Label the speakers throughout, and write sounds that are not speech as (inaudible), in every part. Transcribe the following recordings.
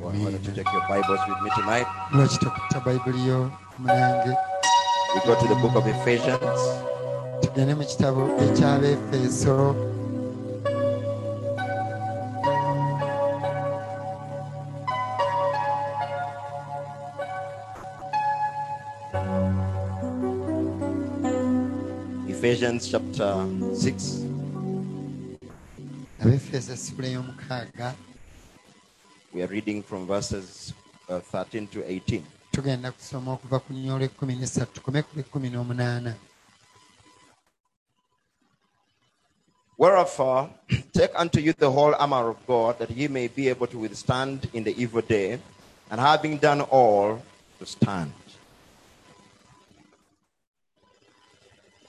Speaker 1: want to take your Bibles with me tonight.
Speaker 2: lwa kitakutta bayibuli yo munange
Speaker 1: We go to the book of Ephesians,
Speaker 2: tugende mu kitabo ekyabefeeso
Speaker 1: Ephesians chapter 6,
Speaker 2: abefeeso essula ey'omukaaga
Speaker 1: We are reading from verses uh, 13 to 18.
Speaker 2: tugenda kusoma okuva ku nnya olw'ekkumi n'essatu tukome ku lw'ekkumi n'omunaana
Speaker 1: Wherefore, (clears throat) take unto you the whole armor of God, that ye may be able to withstand in the evil day, and having done all, to stand.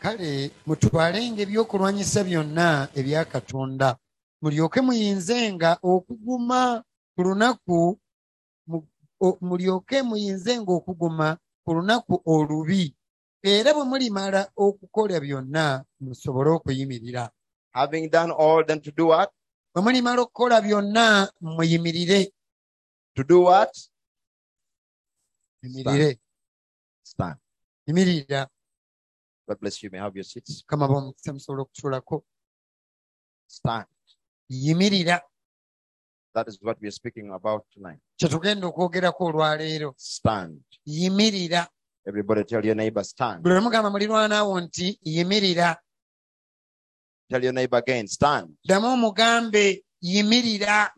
Speaker 2: kale mutwalenga ebyokulwanyisa byonna ebya katonda mulyoke muyinzenga okuguma ku lunaku mu- o- mulyoke muyinzenga okuguma ku lunaku olubi era bwe mulimala okukola byonna musobole okuyimirira
Speaker 1: Having done all, then to do what?
Speaker 2: bwe mulimala okukola byonna muyimirire
Speaker 1: To do what?
Speaker 2: yimirire
Speaker 1: Stand.
Speaker 2: yimirira
Speaker 1: God bless you. You May have your seats.
Speaker 2: mukama bomukisa musobola okutuulako
Speaker 1: Stand.
Speaker 2: yimirira
Speaker 1: That is what we are speaking about tonight.
Speaker 2: kyetugenda okwogerako olwaleero
Speaker 1: Stand.
Speaker 2: yimirira
Speaker 1: Everybody tell your neighbor, stand.
Speaker 2: buli lwemugamba mulirwanawo nti yimirira
Speaker 1: Tell your neighbor again, stand.
Speaker 2: ddamu omugambe yimirira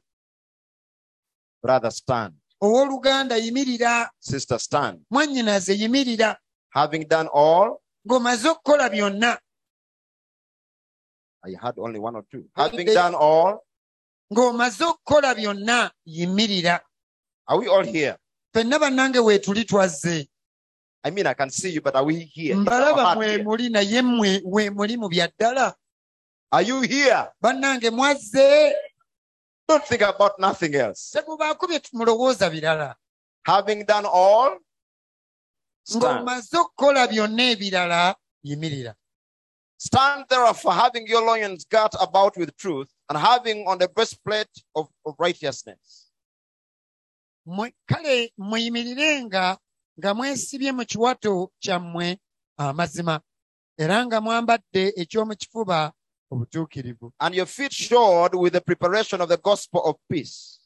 Speaker 1: Brother, stand.
Speaker 2: owooluganda yimirira
Speaker 1: Sister, stand.
Speaker 2: mwannyinaze yimirira
Speaker 1: Having done all,
Speaker 2: ng'omaze okukola byonna
Speaker 1: I had only one or two. Having done all,
Speaker 2: ng'omaze okukola byonna yimirira
Speaker 1: are we all here?
Speaker 2: ffenna bannange weetuli twazze
Speaker 1: I mean, I can see you, but are we here? Is our
Speaker 2: mbalaba
Speaker 1: heart
Speaker 2: mwe
Speaker 1: here?
Speaker 2: muli naye mmwe we muli mu bya ddala
Speaker 1: Are you here?
Speaker 2: bannange mwazze
Speaker 1: Don't think about nothing else.
Speaker 2: temubaako bye mulowooza birala
Speaker 1: Having done all, stand.
Speaker 2: ng'omaze okukola byonna ebirala yimirira
Speaker 1: Stand therefore, having your loins girt about with truth, and having on the breastplate of, of righteousness,
Speaker 2: Mwe- kale muyimirirenga nga mwesibye mu kiwato kyammwe amazima era nga mwambadde eky'omu kifuba obutuukirivu
Speaker 1: and your feet shod with the preparation of the gospel of peace.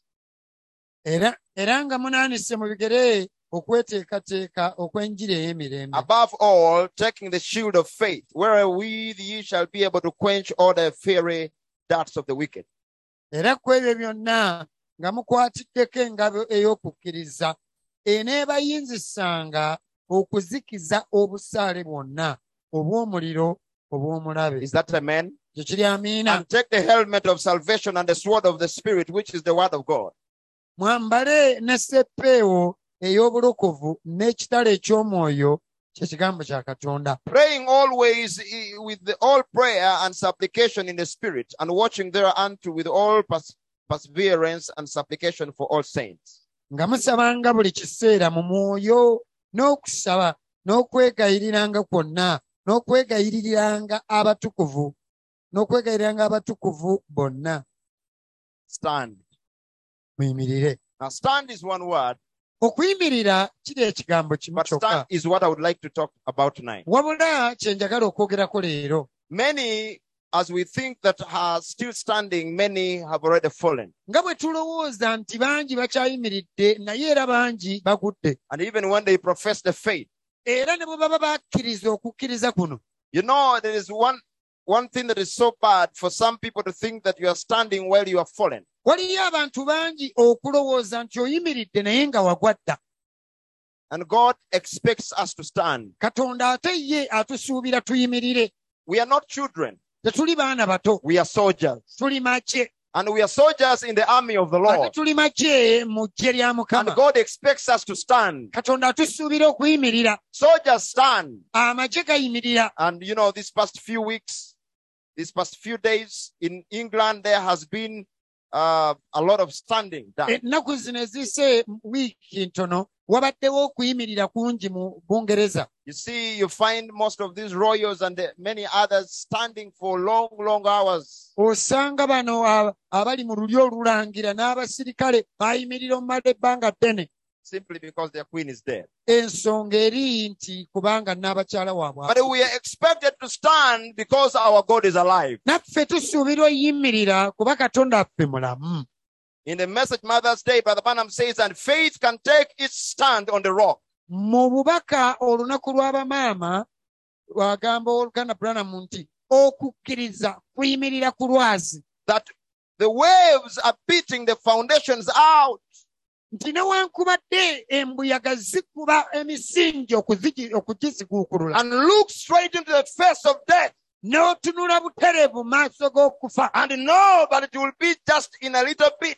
Speaker 2: era era nga munaanise mu bigere okweteekateeka okw'enjiri ey'emirembe
Speaker 1: Above all, taking the shield of faith, wherewith ye shall be able to quench all the fiery darts of the wicked.
Speaker 2: era ku ebyo byonna nga mukwatiddeko engabo ey'okukkiriza eneebayinzisanga okuzikiza obusaale bwonna obw'omuliro obw'omulabe
Speaker 1: Is that a man?
Speaker 2: kye kiri amiina
Speaker 1: And take the helmet of salvation and the sword of the Spirit, which is the word of God.
Speaker 2: mwambale ne seppeewo ey'obulokovu n'ekitala eky'omwoyo kye kigambo kya katonda
Speaker 1: Praying always eh, with the- all prayer and supplication in the Spirit, and watching thereunto with all pers- perseverance and supplication for all saints.
Speaker 2: nga musabanga buli kiseera mu mwoyo n'okusaba n'okwegayiriranga kwonna n'okwegayiririranga abatukuvu n'okwegayiriranga abatukuvu bonna
Speaker 1: Stand.
Speaker 2: muyimirire
Speaker 1: Now, stand is one word,
Speaker 2: okuyimirira kiri ekigambo kimu
Speaker 1: but stand
Speaker 2: kyokka
Speaker 1: is what I would like to talk about tonight.
Speaker 2: wabula kye njagala okwogerako leero
Speaker 1: Many, as we think that are still standing, many have already fallen.
Speaker 2: nga bwe tulowooza nti bangi bakyayimiridde naye era bangi bagudde
Speaker 1: And even when they profess the faith,
Speaker 2: era ne bwe baba bakkiriza okukkiriza kuno
Speaker 1: you know, there is one, one thing that is so bad for some people to think that you are standing while you are fallen.
Speaker 2: waliyo abantu bangi okulowooza nti oyimiridde naye nga wagwadda
Speaker 1: And God expects us to stand.
Speaker 2: katonda ate ye atusuubira tuyimirire
Speaker 1: We are not children,
Speaker 2: tetuli baana bato
Speaker 1: we are soldiers.
Speaker 2: tuli makye
Speaker 1: And we are soldiers in the army of the
Speaker 2: ate
Speaker 1: Lord.
Speaker 2: tuli makye mu ggye lya
Speaker 1: And
Speaker 2: mukama
Speaker 1: God expects us to stand.
Speaker 2: katonda atusuubira okuyimirira
Speaker 1: Soldiers stand.
Speaker 2: amagye gayimirira
Speaker 1: And you know, these past few weeks, these past few days in England, there has been uh, a lot of standing done.
Speaker 2: ennaku zino eziyise wiiki ntono wabaddewo okuyimirira kungi mu bungereza
Speaker 1: You see, you find most of these royals and the many others standing for long, long hours.
Speaker 2: osanga bano aba- abali mu lulyo olulangira n'abasirikale bayimirira omumala ebbanga ddene
Speaker 1: simply because their queen is dead.
Speaker 2: ensonga eri nti kubanga n'abakyala waabwe
Speaker 1: But we are expected to stand because our God is alive.
Speaker 2: naffe tusuubira oyimirira kuba katonda affe mulamu
Speaker 1: In the message Mother's Day, Brother Branham says, and faith can take its stand on the rock.
Speaker 2: mu bubaka olunaku lw'abamaama bwagamba oluganda branamu nti okukkiriza kuyimirira ku lwazi
Speaker 1: That the waves are beating the foundations out.
Speaker 2: nti newankubadde embuyaga zikuba emisingi okuzigi- okugiziguukulula
Speaker 1: and look straight into the face of death
Speaker 2: n'otunula butereevu mu maaso g'okufa
Speaker 1: and know that it will be just in a little bit.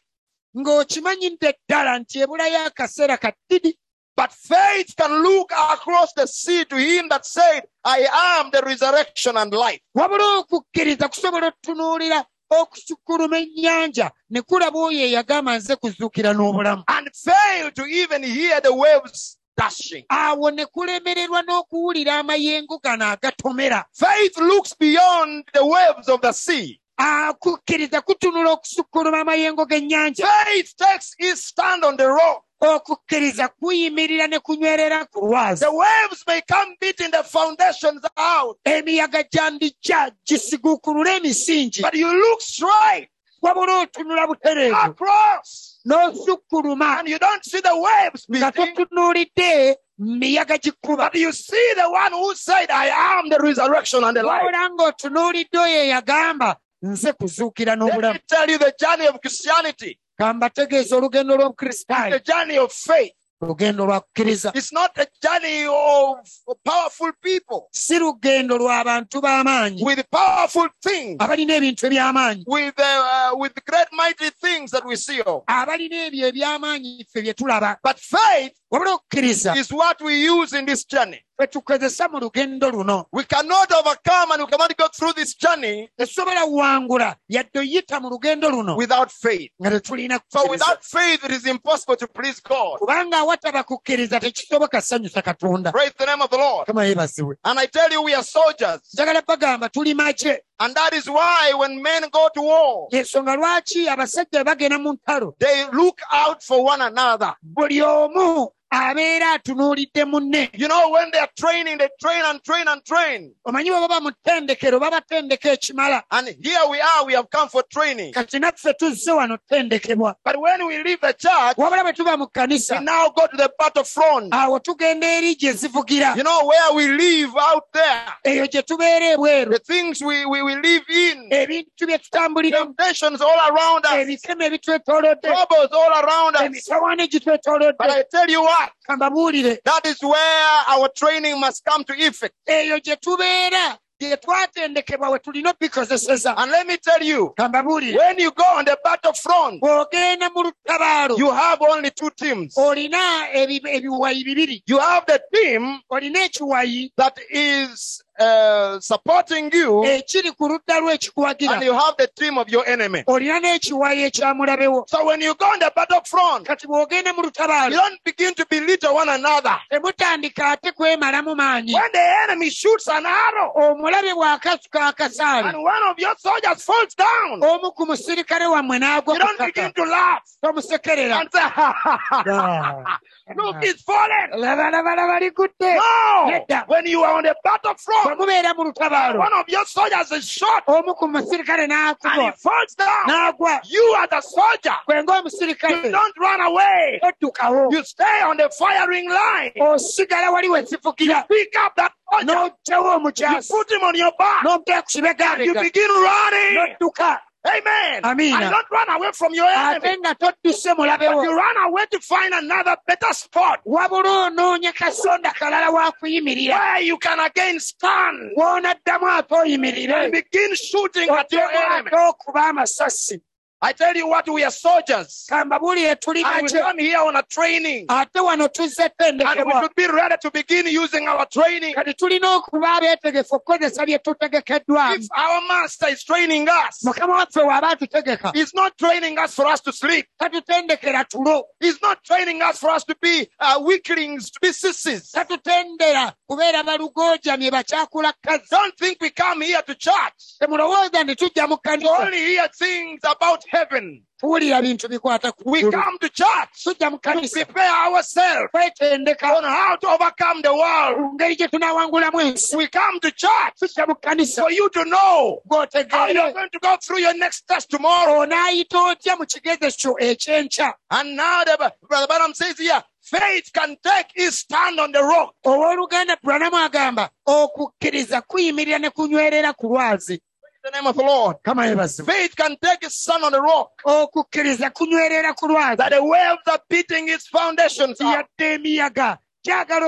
Speaker 2: ng'okimanyidde ddala nti ebulayo akaseera kaddidi
Speaker 1: But faith can look across the sea to him that said, I am the resurrection and life.
Speaker 2: wabula okukkiriza kusobola otutunuulira okusukkuluma ennyanja ne kulaba oyo eyagamba nze kuzuukira n'obulamu
Speaker 1: And fail to even hear the waves dashing.
Speaker 2: awo ne kulemererwa n'okuwulira amayengo gano agatomera
Speaker 1: Faith looks beyond the waves of the sea.
Speaker 2: akukkiriza kutunula okusukkuluma amayengo g'ennyanja
Speaker 1: Faith takes its stand on the rock.
Speaker 2: okukkiriza kuyimirira ne kunywerera ku lwazi
Speaker 1: The waves may come beating the foundations out,
Speaker 2: emiyaga gyandijja gisiguukulula emisingi
Speaker 1: but you look straight
Speaker 2: wabula otunula
Speaker 1: Ah!
Speaker 2: butereevu
Speaker 1: across
Speaker 2: n'osukkuluma
Speaker 1: and you don't see the waves
Speaker 2: nga
Speaker 1: beating.
Speaker 2: totunuulidde miyaga gikuba
Speaker 1: But you see the one who said, I am the resurrection and the life.
Speaker 2: wabula ng'otunuulidde oyo eyagamba nze kuzuukira
Speaker 1: Let
Speaker 2: n'obulamu
Speaker 1: me tell you the journey of Christianity,
Speaker 2: kambategeeza olugendo
Speaker 1: the
Speaker 2: lw'obukristaayo
Speaker 1: journey of faith.
Speaker 2: lugendo lwa kukkiriza
Speaker 1: It's not a journey of powerful people
Speaker 2: si lugendo lw'abantu b'amaanyi
Speaker 1: with powerful things,
Speaker 2: abalina ebintu eby'amaanyi
Speaker 1: with, uh, with great mighty things that we see of.
Speaker 2: abalina ebyo eby'amaanyi ffe bye tulaba
Speaker 1: But faith
Speaker 2: wabula okukkiriza
Speaker 1: is what we use in this journey.
Speaker 2: ffe tukozesa mu lugendo luno
Speaker 1: We cannot overcome and we cannot go through this journey
Speaker 2: tesobola wangula yadde oyita mu lugendo luno
Speaker 1: without faith.
Speaker 2: nga tetulina
Speaker 1: So
Speaker 2: kukkiriza
Speaker 1: without faith, it is impossible to please God.
Speaker 2: kubanga awataba kukkiriza tekisoboka sanyusa katonda
Speaker 1: Praise the name of the Lord.
Speaker 2: kama yeebazibwe
Speaker 1: And I tell you, we are soldiers.
Speaker 2: njagala bagamba tuli makye
Speaker 1: And that is why when men go to war,
Speaker 2: yensonga lwaki abasajja bwe bagenda mu ntalo
Speaker 1: they look out for one another.
Speaker 2: buli omu abeera atunuulidde munne
Speaker 1: You know, when they are training, they train and train and train.
Speaker 2: omanyi bwe baba mutendekero babatendeka ekimala
Speaker 1: And here we are, we have come for training.
Speaker 2: kati naffe tuzze wano tutendekebwa
Speaker 1: But when we leave the church,
Speaker 2: wabula bwe tuba mu
Speaker 1: we
Speaker 2: kkanisa
Speaker 1: now go to the battlefront.
Speaker 2: awo tugenda eri gye zivugira
Speaker 1: You know, where we live out there,
Speaker 2: eyo gye tubeera ebweru
Speaker 1: the things we, we, we live in,
Speaker 2: ebintu bye tutambuliramu
Speaker 1: temptations all around us,
Speaker 2: ebikeme bitwetoolodde
Speaker 1: troubles all around us.
Speaker 2: emisawaana
Speaker 1: But
Speaker 2: egitwetoolodde
Speaker 1: I tell you what,
Speaker 2: kambabuulire
Speaker 1: that is where our training must come to effect.
Speaker 2: eyo gye tubeera gye twatendekebwa we tulina obikozeseza
Speaker 1: And let me tell you,
Speaker 2: kambabuulire
Speaker 1: when you go on the battlefront,
Speaker 2: bw'ogenda mu lutabaalo
Speaker 1: you have only two teams.
Speaker 2: olina ebi- ebiwayi bibiri
Speaker 1: You have the team
Speaker 2: olina ekiwayi
Speaker 1: that is uh, supporting you,
Speaker 2: ekiri ku ludda lw'ekikuwagira
Speaker 1: and you have the team of your enemy.
Speaker 2: olina n'ekiwayi ekyamulabewo
Speaker 1: So when you go on the battlefront,
Speaker 2: kati bw'ogenda mu
Speaker 1: you
Speaker 2: lutabaalo
Speaker 1: don't begin to belittle one another.
Speaker 2: temutandika ate kwemalamu maanyi
Speaker 1: When the enemy shoots an arrow
Speaker 2: omulabe bw'akasuka akasaale
Speaker 1: and one of your soldiers falls down,
Speaker 2: omu ku musirikale wammwe n'agwa
Speaker 1: you
Speaker 2: ku
Speaker 1: don't begin
Speaker 2: ttaka
Speaker 1: to laugh
Speaker 2: tomusekerera
Speaker 1: and say, ha, ha, ha,
Speaker 2: Ah.
Speaker 1: look, it's fallen.
Speaker 2: labalabalaba ligudde
Speaker 1: No! When you are on the
Speaker 2: bwe
Speaker 1: battlefront,
Speaker 2: mubeera mu lutabaalo
Speaker 1: one of your soldiers is shot
Speaker 2: omu ku musirikale
Speaker 1: and he
Speaker 2: n'akubwa
Speaker 1: falls down.
Speaker 2: n'agwa
Speaker 1: You are the soldier.
Speaker 2: gwe
Speaker 1: You
Speaker 2: ng'omusirikale
Speaker 1: don't run away.
Speaker 2: oddukawo
Speaker 1: You stay on the firing line.
Speaker 2: osigala wali we sifugira
Speaker 1: Pick Oh. up that soldier.
Speaker 2: n'ogyawo
Speaker 1: You
Speaker 2: omukyasi
Speaker 1: put him on your back.
Speaker 2: n'omuteeka ku
Speaker 1: You
Speaker 2: kibegaabega
Speaker 1: begin running.
Speaker 2: n'odduka
Speaker 1: Amen.
Speaker 2: Amina.
Speaker 1: And don't run away from your
Speaker 2: ate
Speaker 1: enemy.
Speaker 2: nga todduse mulabewo
Speaker 1: But uh, you run away to find another better spot
Speaker 2: wabula onoonya kasonda kalala wa kuyimirira
Speaker 1: where you can again stand
Speaker 2: w'onaddamu ate
Speaker 1: and
Speaker 2: oyimirire
Speaker 1: begin shooting at your enemy.
Speaker 2: oteewaate okuba amasasi
Speaker 1: I tell you what, we are soldiers.
Speaker 2: kambabuulire tuli
Speaker 1: And we
Speaker 2: nakyo
Speaker 1: come here on a training.
Speaker 2: ate wano tuzze
Speaker 1: And we
Speaker 2: tendekebwa
Speaker 1: should be ready to begin using our training.
Speaker 2: kati tulina okuba abeetegefu okukozesa bye tutegekeddwamu
Speaker 1: If our master is training us,
Speaker 2: mukama waffe waaba atutegeka
Speaker 1: he's not training us for us to sleep.
Speaker 2: tatutendekera tulo
Speaker 1: He's not training us for us to be uh, weaklings, to be sissies.
Speaker 2: tatutendera kubeera balugoojamye bakyakula kkazi
Speaker 1: Don't think we come here to church
Speaker 2: temulowooza nti tujja mu
Speaker 1: to
Speaker 2: kkanisa
Speaker 1: only hear things about heaven.
Speaker 2: tuwulira bintu bikwata ku
Speaker 1: We
Speaker 2: ggulu.
Speaker 1: come to church
Speaker 2: tujja mu
Speaker 1: to
Speaker 2: kkanisa
Speaker 1: prepare ourselves on
Speaker 2: kwetendeka
Speaker 1: how to overcome the world.
Speaker 2: ku ngeri gye tunaawangulamu ensi
Speaker 1: We come to church
Speaker 2: tujja mu kkanisa
Speaker 1: for you to know how you're
Speaker 2: gwotegeere
Speaker 1: going to go through your next test tomorrow.
Speaker 2: onaayita otya mu kigezo kyo ekyenkya
Speaker 1: And now the brother Branham says here, faith can take its stand on the rock.
Speaker 2: owooluganda branamu agamba okukkiriza kuyimirira ne kunywerera ku lwazi
Speaker 1: In the name of the Lord.
Speaker 2: kama yebazibwe
Speaker 1: Faith can take its stand on the rock.
Speaker 2: okukkiriza kunywerera ku lwazi
Speaker 1: That the waves are beating its foundations. up.
Speaker 2: yadde emiyaga gyagala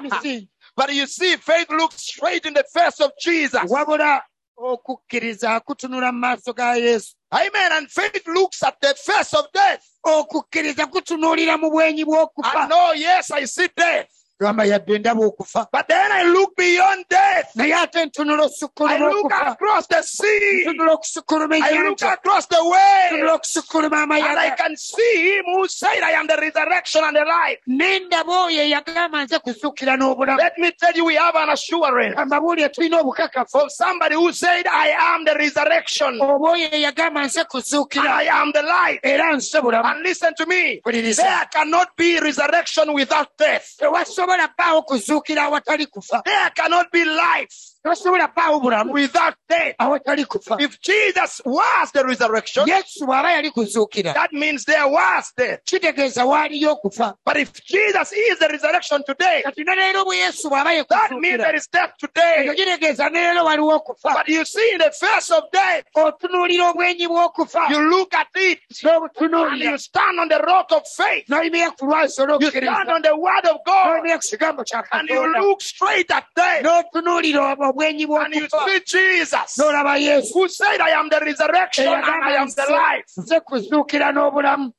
Speaker 1: (laughs)
Speaker 2: misingi
Speaker 1: But you see, faith looks straight in the face of Jesus.
Speaker 2: wabula okukkiriza kutunula mu maaso ga yesu
Speaker 1: Amen. And faith looks at the face of death.
Speaker 2: okukkiriza kutunuulira mu bwenyi bw'okufa
Speaker 1: I know, yes, I see death.
Speaker 2: gamba yadde ndaba okufa
Speaker 1: But then I look beyond death.
Speaker 2: naye ate ntunula
Speaker 1: I
Speaker 2: osukuluma
Speaker 1: look
Speaker 2: okufa
Speaker 1: across the sea.
Speaker 2: ntunula okusukkuluma
Speaker 1: I look
Speaker 2: ennyanja
Speaker 1: across the way.
Speaker 2: ntunula okusukkuluma
Speaker 1: And I
Speaker 2: amayaga
Speaker 1: can see him who said, I am the resurrection and the life.
Speaker 2: ne ndaba oyo eyagamba nze kuzuukira n'obulamu
Speaker 1: Let me tell you, we have an assurance
Speaker 2: ambabuulire tulina obukakafu
Speaker 1: of somebody who said, I am the resurrection
Speaker 2: oba oyo eyagamba nze
Speaker 1: and
Speaker 2: kuzuukira
Speaker 1: I am the life.
Speaker 2: era nse bulamu
Speaker 1: And listen to me.
Speaker 2: kuliriza
Speaker 1: There cannot be resurrection without death.
Speaker 2: tewasobola bbaawo kuzuukira awatali kufa
Speaker 1: There cannot be life
Speaker 2: tewasobola bbaawo bulamu
Speaker 1: without death.
Speaker 2: awatali kufa
Speaker 1: If Jesus was the resurrection,
Speaker 2: yesu bw'aba yali kuzuukira
Speaker 1: that means there was death.
Speaker 2: kitegeeza waaliyo okufa
Speaker 1: But if Jesus is the resurrection today,
Speaker 2: kati ne leero bwe yesu bw'aba ye
Speaker 1: that means
Speaker 2: kuzuukira
Speaker 1: there is death
Speaker 2: ekyo
Speaker 1: today.
Speaker 2: kitegeeza ne leero waliwo okufa
Speaker 1: But you see, in the face of death,
Speaker 2: otunuulira obwenyi bw'okufa
Speaker 1: you look at it and
Speaker 2: n'obutunuulira
Speaker 1: you stand on the rock of faith.
Speaker 2: n'oyimirira ku lwazi
Speaker 1: You
Speaker 2: olw'okukkiriza
Speaker 1: stand on the word of God
Speaker 2: n'oyimirira ku kigambo kya
Speaker 1: and you
Speaker 2: katonda
Speaker 1: look straight at death
Speaker 2: n'otunuulira obwenyi
Speaker 1: and you
Speaker 2: bw'okufa
Speaker 1: see Jesus
Speaker 2: n'olaba yesu
Speaker 1: who said, I am the resurrection and I am the life.
Speaker 2: nze kuzuukira n'obulamu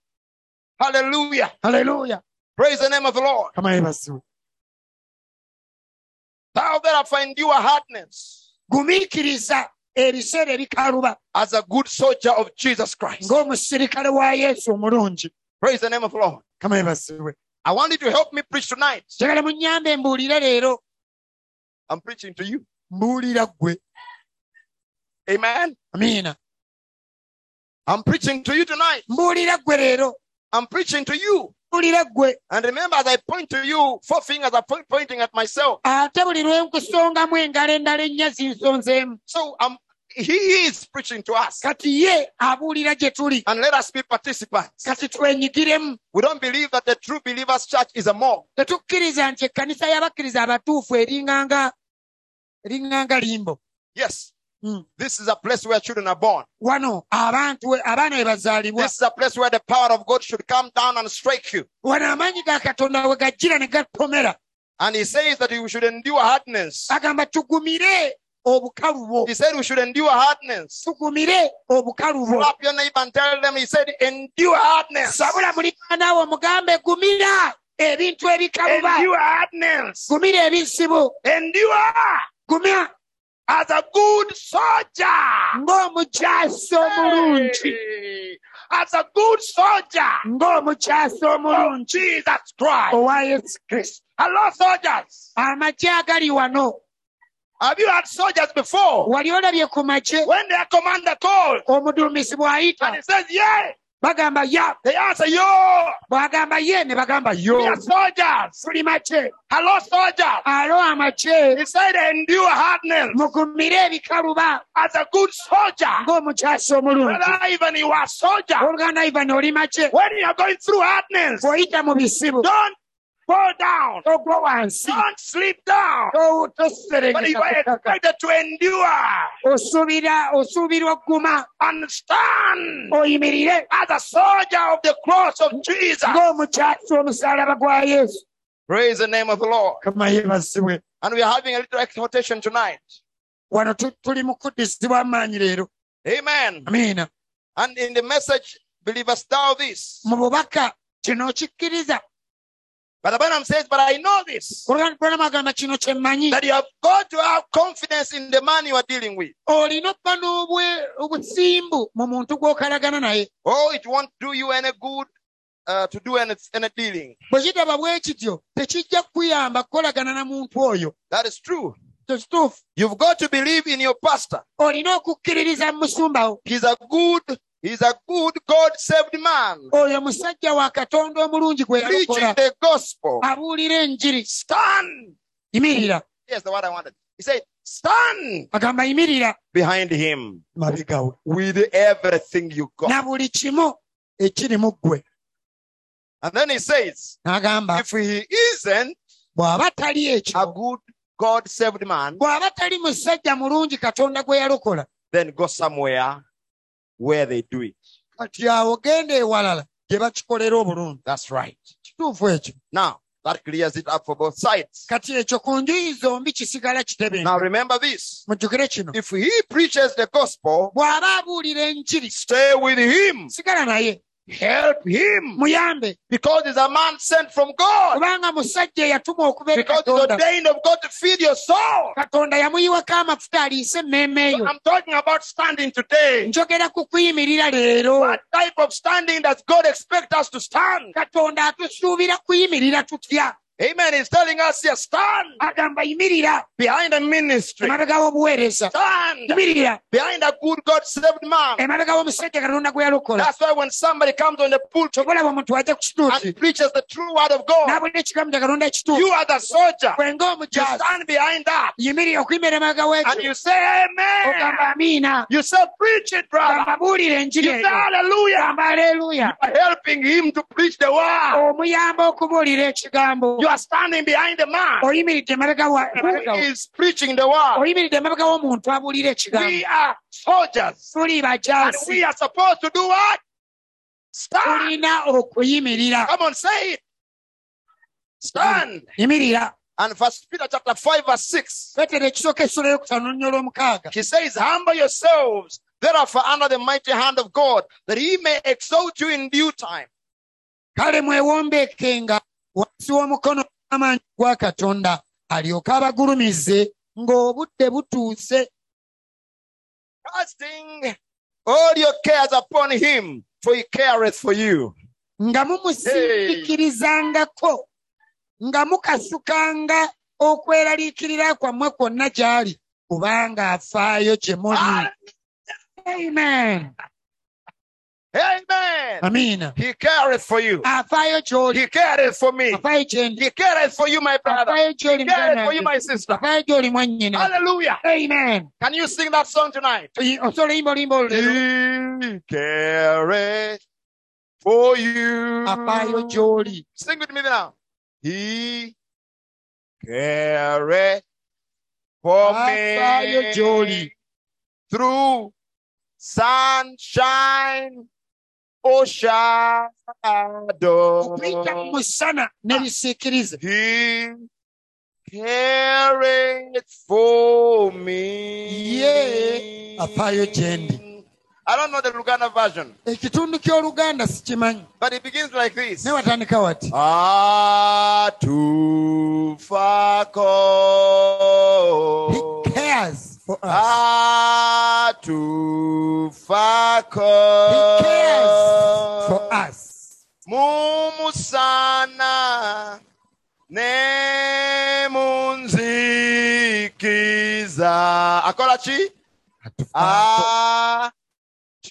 Speaker 1: Hallelujah.
Speaker 2: haleluya
Speaker 1: Praise the name of the Lord.
Speaker 2: kama yebazibwe
Speaker 1: Thou that have endured hardness
Speaker 2: gumiikiriza ebiseera ebikaluba
Speaker 1: as a good soldier of Jesus Christ.
Speaker 2: ng'omusirikale wa yesu omulungi
Speaker 1: Praise the name of the Lord.
Speaker 2: kama yebazibwe
Speaker 1: I want you to help me preach tonight.
Speaker 2: njagala munyambe mbuulire leero
Speaker 1: I'm preaching to you.
Speaker 2: mbuulira ggwe
Speaker 1: Amen.
Speaker 2: amiina
Speaker 1: I'm preaching to you tonight.
Speaker 2: mbuulira ggwe leero
Speaker 1: I'm preaching to you.
Speaker 2: mbuulira ggwe
Speaker 1: And remember, as I point to you, four fingers are point- pointing at myself.
Speaker 2: ate buli lwe nkusongamu engalo endala ennya zinsonzeemu
Speaker 1: So um, he is preaching to us.
Speaker 2: kati ye abuulira gye tuli
Speaker 1: And let us be participants.
Speaker 2: kati twenyigiremu
Speaker 1: We don't believe that the true believers' church is a mob.
Speaker 2: tetukkiriza nti ekkanisa y'abakkiriza abatuufu eringanga eringanga limbo
Speaker 1: Yes.
Speaker 2: Mm.
Speaker 1: This is a place where children are born.
Speaker 2: wano abantu we- abaana we bazaalibwa
Speaker 1: This is a place where the power of God should come down and strike you.
Speaker 2: wano amaanyi ga katonda we gajjira ne gatomera
Speaker 1: And he says that you should endure hardness.
Speaker 2: agamba tugumire obukalu bwo
Speaker 1: He said we should endure hardness.
Speaker 2: tugumire obukalu bwo
Speaker 1: Slap your neighbor and tell them he said endure hardness.
Speaker 2: sabula mulikaanaawe omugambe gumira ebintu ebikaluba
Speaker 1: Endure hardness.
Speaker 2: gumira ebisibu
Speaker 1: Endure
Speaker 2: gumya
Speaker 1: as a good soldier.
Speaker 2: ng'omukyasi omulungi
Speaker 1: Hey. As a good soldier.
Speaker 2: ng'omukyasi
Speaker 1: of
Speaker 2: omulungi
Speaker 1: Jesus Christ.
Speaker 2: owa yesu kristo
Speaker 1: Hello, soldiers.
Speaker 2: amagye agali wano
Speaker 1: Have you had soldiers before?
Speaker 2: wali olabye ku magye
Speaker 1: When their commander called
Speaker 2: omuduumizi bw'ayita
Speaker 1: and he says, Yeah,
Speaker 2: bagamba ya
Speaker 1: they answer, Yo,
Speaker 2: bw'agamba ye ne bagamba yo
Speaker 1: we are soldiers.
Speaker 2: tuli makye
Speaker 1: Hello, soldiers.
Speaker 2: alo amakye
Speaker 1: He said, Endure hardness
Speaker 2: mugumire ebikaluba
Speaker 1: as a good soldier.
Speaker 2: ng'omukyasi omulungi
Speaker 1: Whether even you are a soldier,
Speaker 2: oluganda ivan oli makye
Speaker 1: when you are going through hardness,
Speaker 2: bw'oyita mu bisibu
Speaker 1: don't fall down,
Speaker 2: togwa wansi
Speaker 1: don't slip down,
Speaker 2: To-
Speaker 1: but you are
Speaker 2: toserengeka ku ttaka.
Speaker 1: expected to endure
Speaker 2: osuubira osuubirwa okuguma
Speaker 1: and stand
Speaker 2: oyimirire
Speaker 1: as a soldier of the cross of Jesus.
Speaker 2: ng'omukyasi omusalaba gwa yesu
Speaker 1: Praise the name of the Lord.
Speaker 2: kama yeebazibwe
Speaker 1: And we are having a little exhortation tonight.
Speaker 2: wano tu- tuli mu kuddisibwa amaanyi leero
Speaker 1: Amen.
Speaker 2: amiina
Speaker 1: And in the message, believest thou this?
Speaker 2: mu bubaka kino okikkiriza
Speaker 1: But Branham says, But I know this,
Speaker 2: oluganda bulamu agamba kino kye mmanyi
Speaker 1: that you have got to have confidence in the man you are dealing with.
Speaker 2: olina obba n'obwe- obusimbu mu muntu gw'okalagana naye
Speaker 1: Oh, it won't do you any good uh, to do any, any dealing.
Speaker 2: bwe kitaba bwe kityo tekijja kukuyamba kukolagana na muntu oyo
Speaker 1: That is true.
Speaker 2: kyo kituufu
Speaker 1: You've got to believe in your pastor.
Speaker 2: olina okukkiririza mu musumba wo
Speaker 1: He's a good, he's a good, God saved man.
Speaker 2: oyo musajja wa katonda omulungi gwe
Speaker 1: Preaching
Speaker 2: yalokola
Speaker 1: the gospel.
Speaker 2: abuulira enjiri
Speaker 1: Stand.
Speaker 2: yimirira
Speaker 1: Yes, the word I wanted. He said, Stand
Speaker 2: agamba yimirira
Speaker 1: behind him
Speaker 2: mabegawe
Speaker 1: with everything you
Speaker 2: na
Speaker 1: got.
Speaker 2: buli kimu ekiri mu ggwe
Speaker 1: And then he says,
Speaker 2: n'agamba
Speaker 1: If he isn't
Speaker 2: bw'aba tali ekyo
Speaker 1: a good, God saved man,
Speaker 2: bw'aba tali musajja mulungi katonda gwe yalokola
Speaker 1: then go somewhere where they do it.
Speaker 2: kati awo genda ewalala gye bakikolera obulungi
Speaker 1: That's right.
Speaker 2: kituufu ekyo
Speaker 1: Now, that clears it up for both sides.
Speaker 2: kati ekyo ku njuyi zombi kisigala kitebe
Speaker 1: Now, remember this.
Speaker 2: mujjukire kino
Speaker 1: If he preaches the gospel,
Speaker 2: bw'aba abuulira enjiri
Speaker 1: stay with him,
Speaker 2: sigala naye
Speaker 1: help him,
Speaker 2: muyambe
Speaker 1: because he's a man sent from God,
Speaker 2: kubanga musajja eyatumwa okuba eri
Speaker 1: because he's
Speaker 2: katonda
Speaker 1: ordained of God to feed your soul.
Speaker 2: katonda yamuyiwako amafuta aliise emmeeme
Speaker 1: So
Speaker 2: yo
Speaker 1: I'm talking about standing today.
Speaker 2: njogera ku kuyimirira leero
Speaker 1: What type of standing does God expect us to stand?
Speaker 2: katonda atusuubira kuyimirira tutya
Speaker 1: Amen. He's telling us here, stand
Speaker 2: agamba yimirira
Speaker 1: behind a ministry,
Speaker 2: emabega w'obuweereza
Speaker 1: stand
Speaker 2: yimirira
Speaker 1: behind a good, God saved man.
Speaker 2: emabega w'omusajja katonda gwe yalokola
Speaker 1: That's why when somebody comes on the pulpit
Speaker 2: kyobulaba omuntu ajja ku kituufu
Speaker 1: and preaches the true word of God,
Speaker 2: n'abulira ekigambo kya katonda ekituufu
Speaker 1: you are the soldier.
Speaker 2: gwe
Speaker 1: You
Speaker 2: ng'omujaasi
Speaker 1: stand behind that
Speaker 2: yimirira okuyimirira emabega w'ekyo
Speaker 1: and you Oh, say,
Speaker 2: ogamba
Speaker 1: Amen.
Speaker 2: amiina
Speaker 1: You say, preach it, brother.
Speaker 2: gamba buulira
Speaker 1: You
Speaker 2: enjiri
Speaker 1: say,
Speaker 2: eyo
Speaker 1: Hallelujah.
Speaker 2: gamba aleluya
Speaker 1: Helping him to preach the word.
Speaker 2: omuyamba okubuulira ekigambo
Speaker 1: You are standing behind the man
Speaker 2: oyimiridde emabega wa- emabega
Speaker 1: who
Speaker 2: wa-
Speaker 1: is preaching the word.
Speaker 2: oyimiridde emabega w'omuntu abuulira ekigambo
Speaker 1: We are soldiers
Speaker 2: tuli
Speaker 1: and
Speaker 2: bajaasi
Speaker 1: we are supposed to do what? Stand.
Speaker 2: tulina okuyimirira
Speaker 1: Oh, Come on, say it. Stand.
Speaker 2: yimirira
Speaker 1: And First Peter chapter 5, verse 6.
Speaker 2: petero ekisooka essula y'okutano nnyola omukaaga
Speaker 1: He says, Humble yourselves, therefore, under the mighty hand of God, that he may exalt you in due time.
Speaker 2: kale mwewombeekenga wansi w'omukono gw'amaanyi gwa katonda alyoke abagulumize ng'obudde butuuse
Speaker 1: Casting all your cares upon him, for he careth for you.
Speaker 2: nga mumusindiikirizangako nga mukasukanga okweraliikirira kwammwe kwonna gy'ali kubanga afaayo gye muli amen
Speaker 1: Amen.
Speaker 2: amiina
Speaker 1: He careth for you.
Speaker 2: afaayo gy'oli
Speaker 1: He careth for me.
Speaker 2: afaayo gyendi
Speaker 1: He careth for you, my brother.
Speaker 2: afaayo gy'oli
Speaker 1: He careth
Speaker 2: muganda
Speaker 1: for you,
Speaker 2: wange.
Speaker 1: my sister.
Speaker 2: afaayo gy'oli mwannyina
Speaker 1: Hallelujah.
Speaker 2: amen
Speaker 1: Can you sing that song tonight?
Speaker 2: Tuyi- osobola oyimba olimba olulero
Speaker 1: Eh. He careth for you.
Speaker 2: afaayo gy'oli
Speaker 1: Sing with me now. He careth for
Speaker 2: Afaayo
Speaker 1: me
Speaker 2: gy'oli.
Speaker 1: through sunshine or
Speaker 2: okuyita mu
Speaker 1: shadow.
Speaker 2: musana n'ebisiikirize
Speaker 1: He careth for me.
Speaker 2: Ye, afaayo gyendi.
Speaker 1: I don't know the Luganda version,
Speaker 2: ekitundu ky'oluganda sikimanyi
Speaker 1: but it begins like this.
Speaker 2: ne watandika wati
Speaker 1: Atufako.
Speaker 2: He cares for us.
Speaker 1: Atufako.
Speaker 2: He cares for us.
Speaker 1: Mumusana ne munzikiza. Akola ki?
Speaker 2: Ah,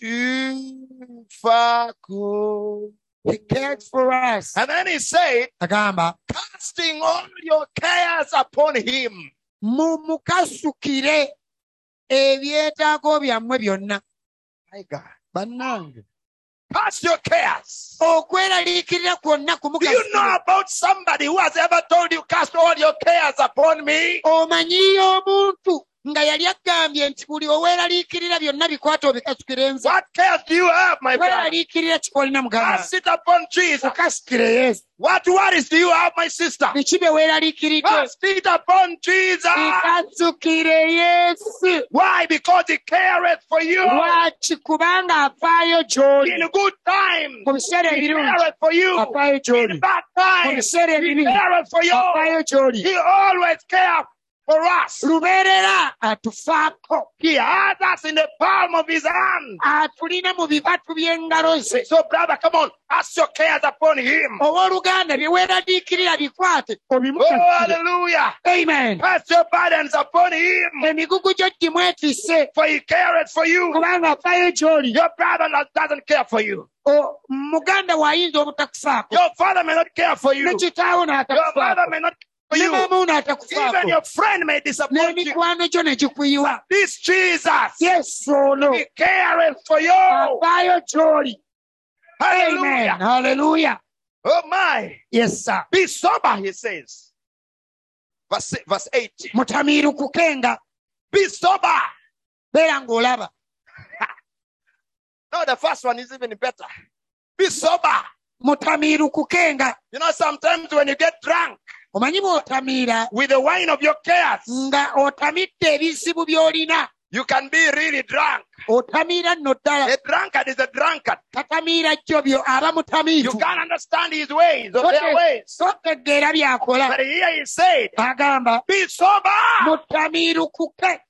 Speaker 1: Atufako.
Speaker 2: He cares for us.
Speaker 1: And then he said,
Speaker 2: Agamba
Speaker 1: casting all your cares upon him.
Speaker 2: mumukasukire e ebyetaago byammwe byonna
Speaker 1: My God.
Speaker 2: bannange
Speaker 1: Cast your cares.
Speaker 2: okweraliikirira
Speaker 1: Do
Speaker 2: kwonna
Speaker 1: you know
Speaker 2: kumukasukira
Speaker 1: about somebody who has ever told you, cast all your cares upon me?
Speaker 2: omanyiyo omuntu nga yali agambye nti buli oweeraliikirira byonna bikwata obikasukire nze
Speaker 1: What cast you up, my brother?
Speaker 2: weeraliikirira kikolina
Speaker 1: I
Speaker 2: mugamba
Speaker 1: sit upon Jesus.
Speaker 2: okasikire yesu
Speaker 1: What worries do you have, my sister?
Speaker 2: biki bye
Speaker 1: I
Speaker 2: weeraliikiridde
Speaker 1: sit upon Jesus.
Speaker 2: bikasukire yesu
Speaker 1: Why? Because he careth for you.
Speaker 2: lwaki kubanga afaayo gy'oli
Speaker 1: In good times,
Speaker 2: mu biseera
Speaker 1: he
Speaker 2: ebirungi
Speaker 1: careth for you.
Speaker 2: afaayo gy'oli
Speaker 1: In bad
Speaker 2: mu
Speaker 1: times,
Speaker 2: biseera ebibi
Speaker 1: he careth for you.
Speaker 2: afaayo gy'oli
Speaker 1: He always cares for us.
Speaker 2: lubeerera atufaako
Speaker 1: He has us in the palm of his hand.
Speaker 2: atulina mu bibatu by'engalo ze
Speaker 1: So, brother, come on, cast your cares upon him.
Speaker 2: owooluganda bye weeraliikirira bikwate
Speaker 1: Oh,
Speaker 2: obimukasire
Speaker 1: hallelujah.
Speaker 2: amen
Speaker 1: Cast your burdens upon him,
Speaker 2: emigugu gyo gimwetise
Speaker 1: for he careth for you.
Speaker 2: kubanga afaayo gy'oli
Speaker 1: Your brother not- doesn't care for you.
Speaker 2: O- muganda waayinza obutakufaako
Speaker 1: Your father may not care for
Speaker 2: ne
Speaker 1: you.
Speaker 2: kitaawo
Speaker 1: Your
Speaker 2: n'atakufaako
Speaker 1: mother may not care for
Speaker 2: ne
Speaker 1: you.
Speaker 2: maama wo
Speaker 1: Even
Speaker 2: n'atakufaako
Speaker 1: your friend may disappoint you.
Speaker 2: n'emikwano gyo ne gikuyiwa
Speaker 1: This Jesus,
Speaker 2: yesu ono
Speaker 1: he careth for you.
Speaker 2: afaayo gy'oli amen
Speaker 1: Hallelujah.
Speaker 2: haleluya
Speaker 1: Oh, my.
Speaker 2: yesa
Speaker 1: Be sober, he says.
Speaker 3: Verse, verse 80.
Speaker 2: mutamiirukukenga
Speaker 1: Be sober.
Speaker 2: beera ng'olaba
Speaker 3: No, the first one is even better.
Speaker 1: Be sober.
Speaker 2: mutamiirukukenga
Speaker 1: You know, sometimes when you get drunk
Speaker 2: omanyi bw'otamiira
Speaker 1: with the wine of your cares,
Speaker 2: nga otamidde ebizibu by'olina
Speaker 1: you can be really drunk.
Speaker 2: otamiira nno ddala
Speaker 1: A drunkard is a drunkard.
Speaker 2: tatamiira jjo byo aba
Speaker 1: You
Speaker 2: mutamiivu
Speaker 1: can't understand his ways or
Speaker 2: Okay.
Speaker 1: their ways.
Speaker 2: sotegeera by'akola
Speaker 1: But here he said,
Speaker 2: agamba
Speaker 1: Be sober,
Speaker 2: mutamiirukuke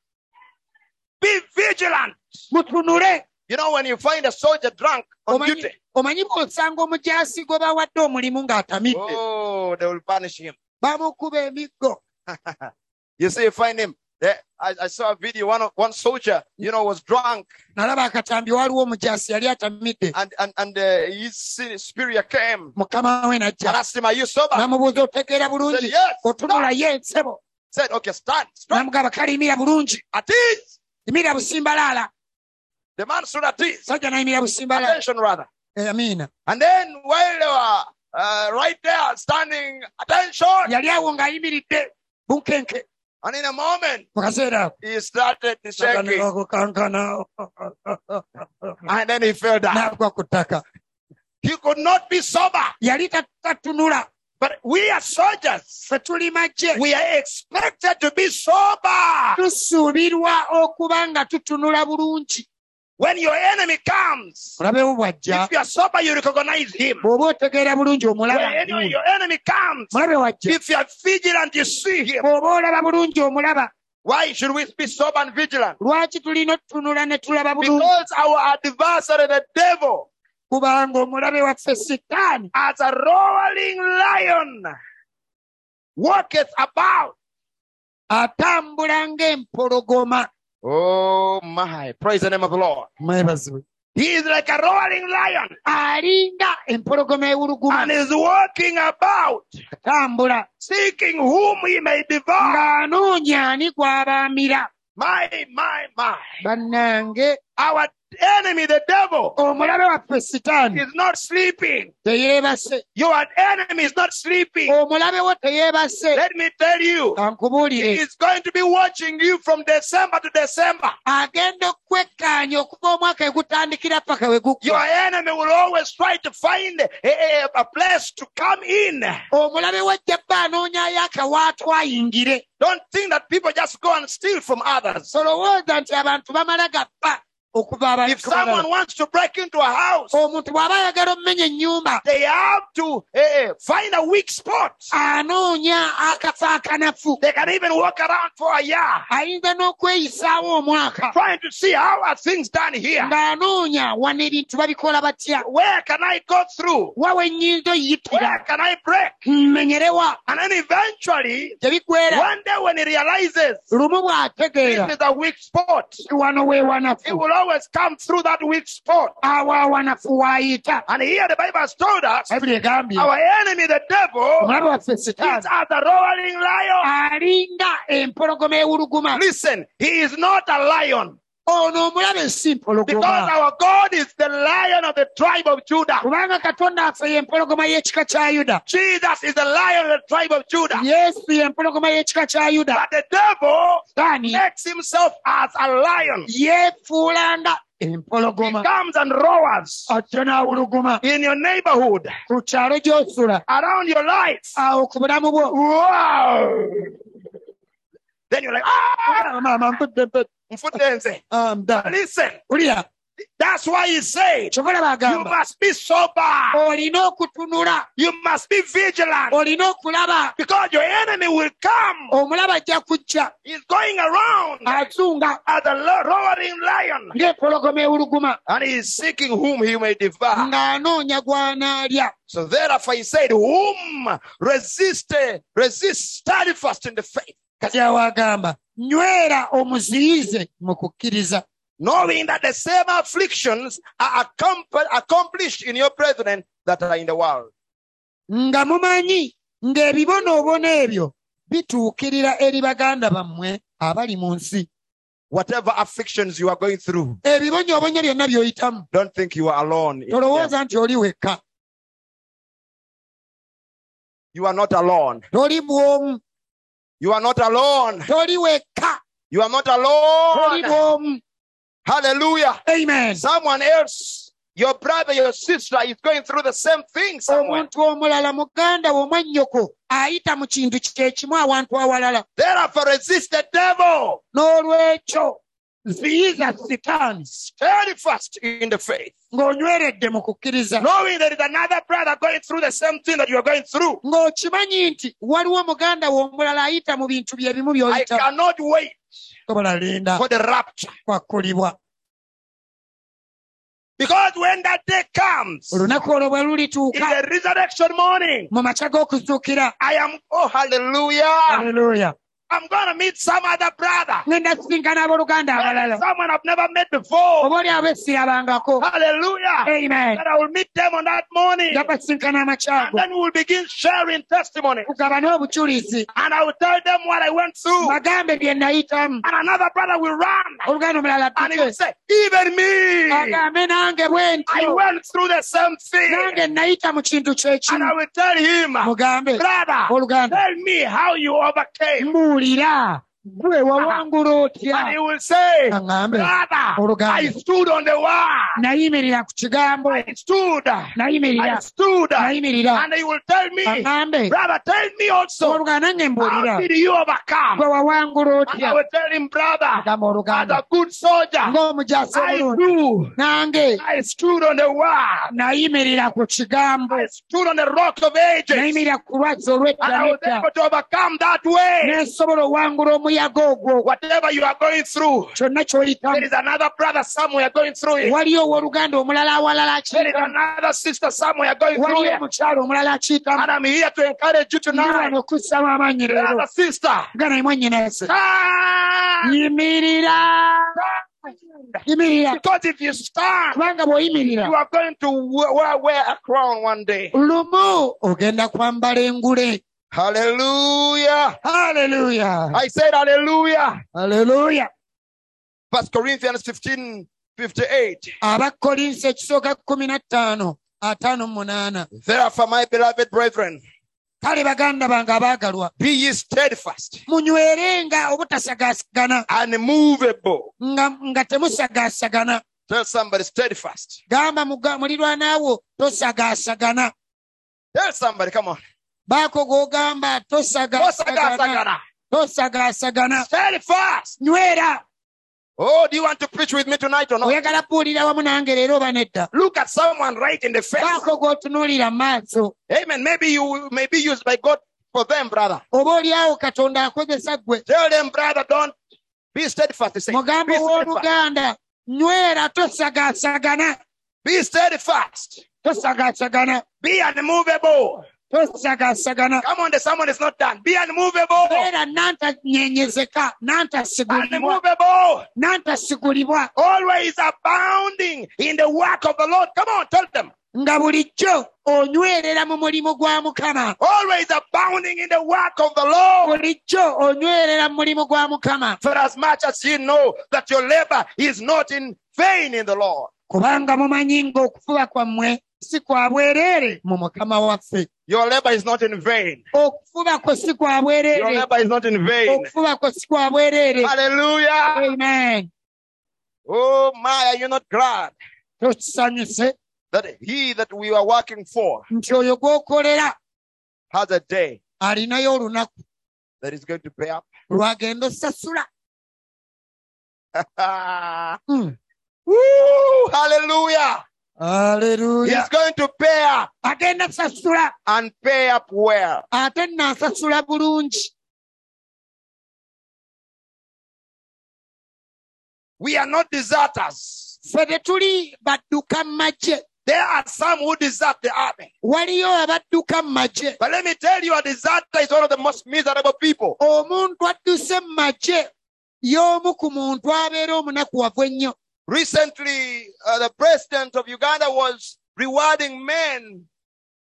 Speaker 1: be vigilant.
Speaker 2: mutunule
Speaker 3: You know, when you find a soldier drunk on
Speaker 2: omanyi
Speaker 3: duty,
Speaker 2: omanyi bw'osanga omujaasi gwe bawadde omulimu ng'atamidde
Speaker 3: oh, they will punish him.
Speaker 2: bamukuba emiggo
Speaker 3: You see, you find him. There, I, I saw a video. One of- one soldier, you know, was drunk,
Speaker 2: nalaba akatambi waliwo omujaasi yali atamidde
Speaker 3: and and and uh, his si- superior came
Speaker 2: mukama we
Speaker 3: and
Speaker 2: najja
Speaker 3: asked him, "Are you sober?"
Speaker 2: namubuuza otegeera
Speaker 3: He said,
Speaker 2: bulungi
Speaker 3: "Yes."
Speaker 2: otunula ye ensebo
Speaker 3: Said, "Okay, stand." stand.
Speaker 2: namugamba kale yimira bulungi
Speaker 3: At ease.
Speaker 2: yimira busimbalaala
Speaker 3: The man stood at ease.
Speaker 2: sajja nayimira busimbalaala
Speaker 3: Attention, rather.
Speaker 2: Eh, amiina
Speaker 3: And then while they were uh, right there standing, attention.
Speaker 2: yali awo ng'ayimiridde bunkenke
Speaker 3: And in a moment,
Speaker 2: mu kaseera ako
Speaker 3: he started shaking.
Speaker 2: naganewakukankana (laughs)
Speaker 3: And then he fell down.
Speaker 2: n'agwa ku ttaka
Speaker 1: He could not be sober.
Speaker 2: yali ta- tatunula
Speaker 1: But we are soldiers.
Speaker 2: ffe tuli magye
Speaker 1: We are expected to be sober.
Speaker 2: tusuubirwa okuba nga tutunula bulungi
Speaker 1: When your enemy comes,
Speaker 2: mulabewo bw'ajja
Speaker 1: if you are sober, you recognize him.
Speaker 2: bw'oba otegeera bulungi
Speaker 1: When
Speaker 2: omulaba
Speaker 1: any- your enemy comes,
Speaker 2: mulabe wajja
Speaker 1: if you are vigilant, you see him.
Speaker 2: bw'oba olaba bulungi omulaba
Speaker 1: Why should we be sober and vigilant?
Speaker 2: lwaki tulina otutunula ne tulaba bulungi
Speaker 1: Because our adversary, the devil,
Speaker 2: kubanga omulabe waffe sitaani
Speaker 1: as a roaring lion, walketh about.
Speaker 2: atambula ng'empologoma
Speaker 3: Oh my. Praise the name of the Lord.
Speaker 2: mwebazibwe
Speaker 1: He is like a roaring lion
Speaker 2: alinga empologoma ewuluguma
Speaker 1: and is walking about,
Speaker 2: atambula
Speaker 1: seeking whom he may devour.
Speaker 2: ng'anoonya ani gw'abaamira
Speaker 1: My, my, my.
Speaker 2: bannange
Speaker 1: Our enemy, the devil,
Speaker 2: omulabe waffe sitaani
Speaker 1: is not sleeping.
Speaker 2: teyeebase
Speaker 1: Your enemy is not sleeping.
Speaker 2: omulabe wo teyeebase
Speaker 1: Let me tell you,
Speaker 2: kankubuulire
Speaker 1: he is going to be watching you from December to December.
Speaker 2: agenda okwekkaanya okuva omwaka egutandikira paka
Speaker 1: Your
Speaker 2: we gukwa
Speaker 1: enemy will always try to find a, a, a place to come in.
Speaker 2: omulabe wajja bba anoonyayo akawaatu ayingire
Speaker 1: Don't think that people just go and steal from others.
Speaker 2: solowooza nti abantu bamala gappa okuva abantu
Speaker 1: If
Speaker 2: ku balala.
Speaker 1: someone wants to break into a house,
Speaker 2: omuntu bw'aba ayagala omumenya ennyumba
Speaker 1: they have to eh, find a weak spot.
Speaker 2: anoonya akafo akanafu
Speaker 1: They can even walk around for a year
Speaker 2: ayinza n'okweyisaawo omwaka
Speaker 1: trying to see how are things done here.
Speaker 2: ng'anoonya wano ebintu babikola batya
Speaker 1: Where can I go through?
Speaker 2: wawe ennyinza oyitira
Speaker 1: Where can I break?
Speaker 2: mmenyerewa
Speaker 1: And then eventually,
Speaker 2: tebikwera
Speaker 1: one day when he realizes
Speaker 2: lumu
Speaker 1: this
Speaker 2: bw'ategeera
Speaker 1: is a weak spot,
Speaker 2: wano we
Speaker 1: he
Speaker 2: wanafu
Speaker 1: will always come through that weak spot.
Speaker 2: awo awanafu waayita
Speaker 1: And here the Bible has told us
Speaker 2: bayibuli egambye
Speaker 1: Our enemy, the devil,
Speaker 2: omulabe waffe
Speaker 1: is
Speaker 2: sitaani
Speaker 1: as a roaring lion.
Speaker 2: Ah. alinga empologoma ewuluguma
Speaker 1: Listen, he is not a lion.
Speaker 2: ono omulaba ensimpi
Speaker 1: Because
Speaker 2: olugoma
Speaker 1: our God is the lion of the tribe of Judah.
Speaker 2: kubanga katonda affe yempologoma y'ekika kya yuda
Speaker 1: Jesus is the lion of the tribe of Judah.
Speaker 2: yesu yempologoma y'ekika kya yuda
Speaker 1: But the devil
Speaker 2: sitaani
Speaker 1: makes himself as a lion.
Speaker 2: yeefuula nga
Speaker 1: He
Speaker 2: empologoma
Speaker 1: comes and roars
Speaker 2: atyo n'awuluguma
Speaker 1: in your neighborhood,
Speaker 2: ku kyalo gy'osula
Speaker 1: around your lights.
Speaker 2: awo ku bulamu bwo
Speaker 1: Wow! Then you're like, ah!
Speaker 2: Ah, maama nfudde mpe
Speaker 1: Mfutenze.
Speaker 2: Ah, mda.
Speaker 1: Listen,
Speaker 2: ulira
Speaker 1: that's why he said,
Speaker 2: kyobala
Speaker 1: you
Speaker 2: bagamba
Speaker 1: must be sober.
Speaker 2: olina okutunula
Speaker 1: You must be vigilant.
Speaker 2: olina okulaba
Speaker 1: Because your enemy will come.
Speaker 2: omulaba ajja kujja
Speaker 1: He's going around
Speaker 2: azunga
Speaker 1: as a lo- roaring lion.
Speaker 2: ng'empologoma ewuluguma
Speaker 1: And he is seeking whom he may devour.
Speaker 2: ng'anoonya gw'anaalya
Speaker 1: So therefore he said, whom resist, eh, resist steadfast in the faith,
Speaker 2: kati awo agamba nywera omuziyize mu kukkiriza
Speaker 1: knowing that the same afflictions are accompa- accomplished in your brethren that are in the world.
Speaker 2: nga mumanyi ng'ebibonoobono ebyo bituukirira eri baganda bammwe abali mu nsi
Speaker 1: Whatever afflictions you are going through,
Speaker 2: ebibonyoobonyo byonna by'oyitamu
Speaker 1: don't think you are alone. in them.
Speaker 2: tolowooza nti oli wekka
Speaker 1: You are not alone.
Speaker 2: toli bwomu
Speaker 1: You are not alone.
Speaker 2: toli wekka
Speaker 1: You are not alone.
Speaker 2: toli bwomu
Speaker 1: Hallelujah.
Speaker 2: amen
Speaker 1: Someone else, your brother, your sister is going through the same thing somewhere.
Speaker 2: omuntu omulala muganda w'omwannyoko ayita mu kintu kyekimu awantu awalala
Speaker 1: Therefore, resist the devil.
Speaker 2: n'olwekyo ziyiza sitaani
Speaker 1: Stand fast in the faith.
Speaker 2: ng'onyweredde mu kukkiriza
Speaker 1: Knowing there is another brother going through the same thing that you are going through.
Speaker 2: ng'okimanyi nti waliwo omuganda w'omulala ayita mu bintu bye bimu
Speaker 1: I
Speaker 2: by'oyita
Speaker 1: cannot wait
Speaker 2: tobola linda
Speaker 1: for the rapture.
Speaker 2: kwakkulibwa
Speaker 1: Because when that day comes, in
Speaker 2: olunaku olwo bwe lulituuka
Speaker 1: the resurrection morning,
Speaker 2: mu makya g'okuzuukira
Speaker 1: I am, oh, hallelujah.
Speaker 2: aleluya
Speaker 1: I'm going to meet some other brother.
Speaker 2: ŋenda kusisinkana abooluganda abalala
Speaker 1: Someone I've never met before.
Speaker 2: oba oliabo esirabangako
Speaker 1: Ah. Hallelujah.
Speaker 2: Oh, amen
Speaker 1: That I will meet them on that morning.
Speaker 2: nja kwasisinkana amakyago
Speaker 1: And then we'll begin sharing testimony.
Speaker 2: kugabana obujulizi
Speaker 1: And I will tell them what I went through. And
Speaker 2: bagambe bye nayitamu
Speaker 1: another brother will run.
Speaker 2: oluganda omulala
Speaker 1: And he will
Speaker 2: addukes
Speaker 1: say, even me.
Speaker 2: agambe nange bwe
Speaker 1: I
Speaker 2: ntyo
Speaker 1: went through the same
Speaker 2: nange
Speaker 1: thing.
Speaker 2: nayita mu kintu
Speaker 1: And
Speaker 2: kyekimu
Speaker 1: I will tell him,
Speaker 2: mugambe
Speaker 1: brother,
Speaker 2: oluganda
Speaker 1: tell me how you overcame.
Speaker 2: mbuulira gwe wawangula otya
Speaker 1: And he will say,
Speaker 2: aŋŋambe
Speaker 1: brother, I
Speaker 2: Oluganda.
Speaker 1: stood on the wall.
Speaker 2: nayimirira ku kigambo
Speaker 1: I stood.
Speaker 2: nayimirira
Speaker 1: I stood.
Speaker 2: nayimirira
Speaker 1: And he will tell me,
Speaker 2: aŋŋambe
Speaker 1: brother, tell me also,
Speaker 2: oluganda nange mbuulira
Speaker 1: how did you overcome?
Speaker 2: gwe wawangula
Speaker 1: And
Speaker 2: otya
Speaker 1: I will tell him, brother,
Speaker 2: agamba
Speaker 1: as
Speaker 2: oluganda
Speaker 1: a good soldier,
Speaker 2: ng'omujaasi
Speaker 1: I do.
Speaker 2: omulungi nange
Speaker 1: I stood on the wall.
Speaker 2: nayimirira ku kigambo
Speaker 1: I stood on the rock of ages.
Speaker 2: nayimirira ku lwazi
Speaker 1: And I was
Speaker 2: olweddanedda
Speaker 1: able to overcome that way.
Speaker 2: n'ensobola owangula omuyaga ogwo
Speaker 1: Whatever you are going through,
Speaker 2: kyonna
Speaker 1: there
Speaker 2: ky'oyitamu
Speaker 1: is another brother somewhere going through it.
Speaker 2: waliyo owooluganda omulala awalala
Speaker 1: There is
Speaker 2: akiyitamu
Speaker 1: another sister somewhere going through
Speaker 2: waliyo
Speaker 1: it.
Speaker 2: omukyala omulala akiyitamu
Speaker 1: And I'm here to encourage you tonight.
Speaker 2: nirano okussaamu amaanyi leero
Speaker 1: Brother, sister,
Speaker 2: gana emwannyinase
Speaker 1: stand.
Speaker 2: yimirira yimirira
Speaker 1: Because if you stand,
Speaker 2: kubanga bw'oyimirira
Speaker 1: you are going to wear, wear- wear a crown one day.
Speaker 2: lumu ogenda kwambala engule
Speaker 4: Hallelujah.
Speaker 2: haleluya
Speaker 4: I said hallelujah.
Speaker 2: haleluya
Speaker 4: First Corinthians 15 58.
Speaker 2: abakkolinsi ekisooka kkumi na ttaano ataano mu munaana
Speaker 4: Therefore, my beloved brethren,
Speaker 2: kale baganda bange abaagalwa
Speaker 4: be ye steadfast,
Speaker 2: munywerenga obutasagaasagana
Speaker 4: unmovable.
Speaker 2: nga, nga temusagaasagana
Speaker 4: Tell somebody steadfast.
Speaker 2: gamba muga- muliraanaawo tosagaasagana
Speaker 4: Tell somebody, come on.
Speaker 2: baako gw'ogamba tosagaasagana
Speaker 4: Osagaasagana.
Speaker 2: tosagaasagana
Speaker 4: Steadfast.
Speaker 2: nywera
Speaker 4: Oh, do you want to preach with me tonight or not?
Speaker 2: oyagala puulira wamu nange leero oba nedda
Speaker 4: Look at someone right in the face.
Speaker 2: baako gw'otunuulira mu maaso
Speaker 4: Amen. Maybe you may be used by God for them, brother.
Speaker 2: oba oliawo katonda akozesa ggwe
Speaker 4: Tell them, brother, don't be steadfast. They Say,
Speaker 2: mugambo
Speaker 4: be, steadfast.
Speaker 2: w'oluganda nywera tosagaasagana
Speaker 4: be steadfast.
Speaker 2: tosagaasagana
Speaker 4: Be unmovable.
Speaker 2: tosagaasagana
Speaker 4: Come on, there's someone is not done. Be unmovable.
Speaker 2: beera nantanyenyezeka nantasigulibwa
Speaker 4: Unmovable.
Speaker 2: nantasigulibwa
Speaker 4: Always abounding in the work of the Lord. Come on, tell them.
Speaker 2: nga bulijjo onywerera mu mulimu gwa mukama
Speaker 1: always abounding in the work of the Lord.
Speaker 2: bulijjo onywerera mu mulimu gwa mukama
Speaker 1: For as much as you know that your labor is not in vain in the Lord.
Speaker 2: kubanga mumanyi ng'okufuba kwammwe si kwa bwereere mu mukama waffe
Speaker 1: Your labor is not in vain.
Speaker 2: okufuba kwo si kwa
Speaker 1: Your
Speaker 2: bwereere
Speaker 1: labor is not in vain.
Speaker 2: okufuba kwo si kwa bwereere
Speaker 1: Hallelujah.
Speaker 2: amen
Speaker 1: Oh my, are you not glad
Speaker 2: tosanyuse
Speaker 1: that he that we are working for
Speaker 2: nti oyo gw'okolera
Speaker 1: has a day
Speaker 2: alinayo olunaku
Speaker 1: that is going to pay up?
Speaker 2: lwagenda osasula Mm.
Speaker 1: Ah. Woo, hallelujah.
Speaker 2: aleluya
Speaker 1: He's going to pay up
Speaker 2: agenda sasula
Speaker 1: and pay up well.
Speaker 2: ate nnaasasula bulungi
Speaker 1: We are not deserters.
Speaker 2: ffe tetuli badduka mu magye
Speaker 1: There are some who desert the army.
Speaker 2: waliyo abadduka mu magye
Speaker 1: But let me tell you, a deserter is one of the most miserable people.
Speaker 2: omuntu adduse mu magye y'omu ku muntu abeera omunakuwavu ennyo
Speaker 1: Recently, uh, the president of Uganda was rewarding men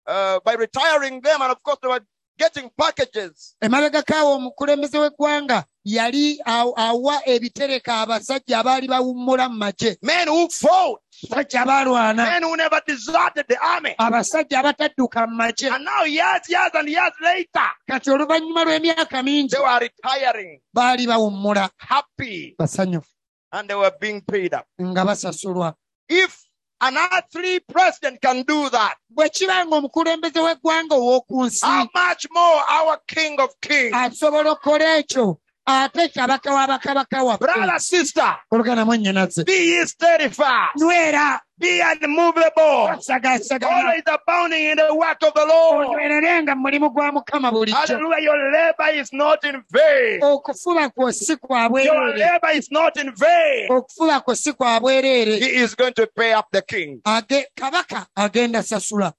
Speaker 1: uh, by retiring them, and of course, they were getting packages.
Speaker 2: emabegakaawo omukulembeze w'eggwanga yali aw- awa ebitereka abasajja abaali bawummula mu magye
Speaker 1: Men who fought,
Speaker 2: abasajja abalwana
Speaker 1: men who never deserted the army.
Speaker 2: abasajja abatadduka mu magye
Speaker 1: And now, years, years, and years later,
Speaker 2: kati oluvannyuma lw'emyaka mingi
Speaker 1: they were retiring,
Speaker 2: baali bawummula
Speaker 1: happy,
Speaker 2: basanyufu
Speaker 1: and they were being paid up.
Speaker 2: nga basasulwa
Speaker 1: If an earthly president can do that,
Speaker 2: bwe kiba ng'omukulembeze w'eggwanga ow'oku nsi
Speaker 1: how much more our King of Kings?
Speaker 2: asobola okukola ekyo ate kabaka wa bakabaka waffe
Speaker 1: Brother, sister,
Speaker 2: olugana mwennyinaze
Speaker 1: be ye steadfast,
Speaker 2: nwera
Speaker 1: be unmovable,
Speaker 2: osagaasagana
Speaker 1: always abounding in the work of the Lord.
Speaker 2: onywererenga mu mulimu gwa mukama bulijjo
Speaker 1: Hallelujah. Your labor is not in vain.
Speaker 2: okufuba kwo si kwa
Speaker 1: Your
Speaker 2: bwereere
Speaker 1: labor is not in vain.
Speaker 2: okufuba kwo si kwa bwereere
Speaker 1: He is going to pay up the king.
Speaker 2: Age- kabaka agenda sasula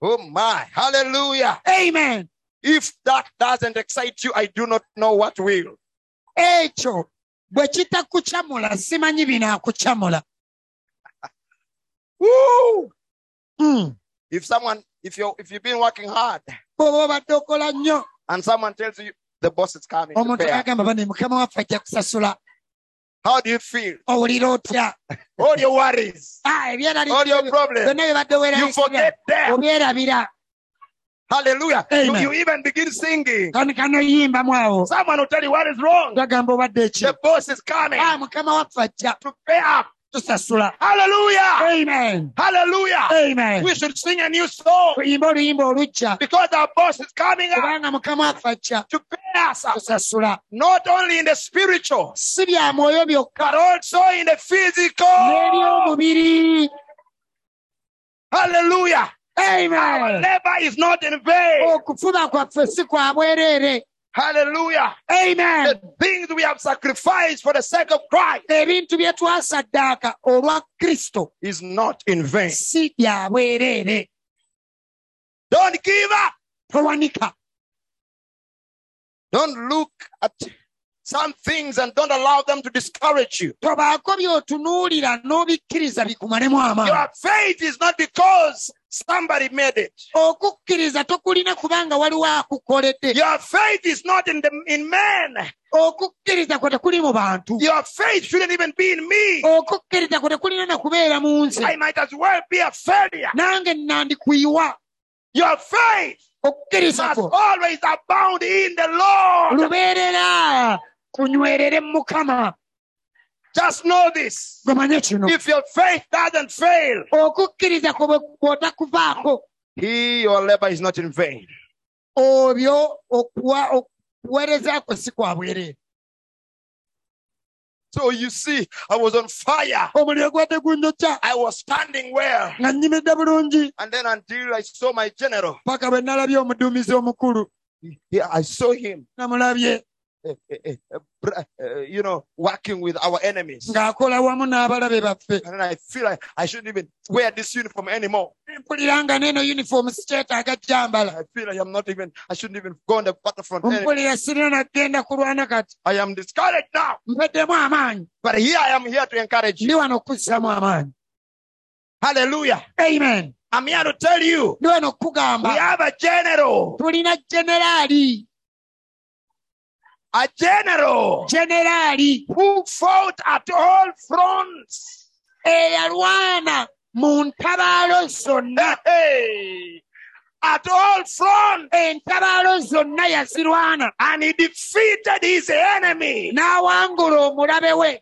Speaker 1: Oh my, hallelujah.
Speaker 2: amen
Speaker 1: If that doesn't excite you, I do not know what will.
Speaker 2: ekyo bwe kitakucamula simanyi binaakucamula
Speaker 1: Woo!
Speaker 2: Mm.
Speaker 1: If someone, if you if you've been working hard
Speaker 2: bwoba obadde okola nnyo
Speaker 1: and someone tells you the boss is coming, to
Speaker 2: omuntu
Speaker 1: pay up,
Speaker 2: agamba bane mukama waffe ajja kusasula
Speaker 1: how do you feel?
Speaker 2: owulira otya
Speaker 1: All your worries,
Speaker 2: Ah, ebyera
Speaker 1: all your problems,
Speaker 2: byonna bye badde
Speaker 1: you
Speaker 2: owerabira
Speaker 1: forget them.
Speaker 2: obyerabira
Speaker 1: Hallelujah. You,
Speaker 2: Amen.
Speaker 1: you even begin singing.
Speaker 2: kanikano yimbamu awo
Speaker 1: Someone will tell you what is wrong.
Speaker 2: bagamba obadde ekyo
Speaker 1: The boss is coming
Speaker 2: Ah, mukama waffe ajja
Speaker 1: to pay up.
Speaker 2: tusasula
Speaker 1: Hallelujah.
Speaker 2: amen
Speaker 1: Hallelujah.
Speaker 2: amen
Speaker 1: We should sing a new song
Speaker 2: tuyimba oluyimba olujja
Speaker 1: because our boss is coming up
Speaker 2: kubanga mukama waffe ajja
Speaker 1: to pay us up,
Speaker 2: tusasula
Speaker 1: not only in the spiritual,
Speaker 2: si bya mwoyo byokka
Speaker 1: but also in the physical.
Speaker 2: n'ebyomubiri
Speaker 1: Hallelujah. Our
Speaker 2: amen Oh.
Speaker 1: labor is not in vain.
Speaker 2: okufuba kwaffe si kwa bwereere
Speaker 1: Hallelujah.
Speaker 2: amen
Speaker 1: The things we have sacrificed for the sake of Christ
Speaker 2: ebintu bye twasaddaaka olwa kristo
Speaker 1: is not in vain.
Speaker 2: si bya bwereere
Speaker 1: Don't give up.
Speaker 2: towanika
Speaker 1: Don't look at some things and don't allow them to discourage you.
Speaker 2: tobaako by'otunuulira n'obikkiriza bikumalemu amaanyi
Speaker 1: Your faith is not because somebody made it.
Speaker 2: okukkiriza tokulina kubanga waliwo akukoledde
Speaker 1: Your faith is not in the in man.
Speaker 2: okukkiriza kwe tekuli mu bantu
Speaker 1: Your faith shouldn't even be in me.
Speaker 2: okukkiriza kwe tekulina na kubeera mu
Speaker 1: I
Speaker 2: nze
Speaker 1: might as well be a failure.
Speaker 2: nange nandikuyiwa
Speaker 1: Your faith
Speaker 2: okukkiriza
Speaker 1: must
Speaker 2: kwo
Speaker 1: always abound in the Lord.
Speaker 2: lubeerera kunywerere mu mukama
Speaker 1: Just know this.
Speaker 2: gomanye kino
Speaker 1: If your faith doesn't fail,
Speaker 2: okukkiriza kwe bwe kwotakuvaako
Speaker 1: he your labor is not in vain.
Speaker 2: obyo okuwa- okuweereza kwe si kwa bwereere
Speaker 1: So you see, I was on fire.
Speaker 2: omuliro gwadde gunyokya
Speaker 1: I was standing well.
Speaker 2: nga nnyimidde bulungi
Speaker 1: And then until I saw my general,
Speaker 2: paka bwe nalabye omuduumizi omukulu
Speaker 1: yeah, I saw him,
Speaker 2: namulabye
Speaker 1: eh, eh, eh, eh, br- eh, you know, working with our enemies.
Speaker 2: ng'akola wamu n'abalabe baffe
Speaker 1: And then I feel like I shouldn't even wear this uniform anymore.
Speaker 2: mpuliranga n'eno yunifoomu sikyetaaga gyambala
Speaker 1: I feel like I'm not even, I shouldn't even go on the
Speaker 2: Oh,
Speaker 1: battlefront. anymore.
Speaker 2: mpulira sirina nagenda kulwana kati
Speaker 1: I am discouraged now.
Speaker 2: mpeddemu amaanyi
Speaker 1: But here I am here to encourage you.
Speaker 2: ndi wano okuzzaamu amaanyi
Speaker 1: Hallelujah.
Speaker 2: amen
Speaker 1: I'm here to tell you
Speaker 2: ndi wano
Speaker 1: we
Speaker 2: okukugamba
Speaker 1: have a general,
Speaker 2: tulina generaali
Speaker 1: a general
Speaker 2: generaali
Speaker 1: who fought at all fronts.
Speaker 2: eyalwana mu ntabaalo zonna
Speaker 1: Hey, at all fronts.
Speaker 2: entabaalo E, zonna yazirwana
Speaker 1: And he defeated his enemy.
Speaker 2: n'awangula omulabe we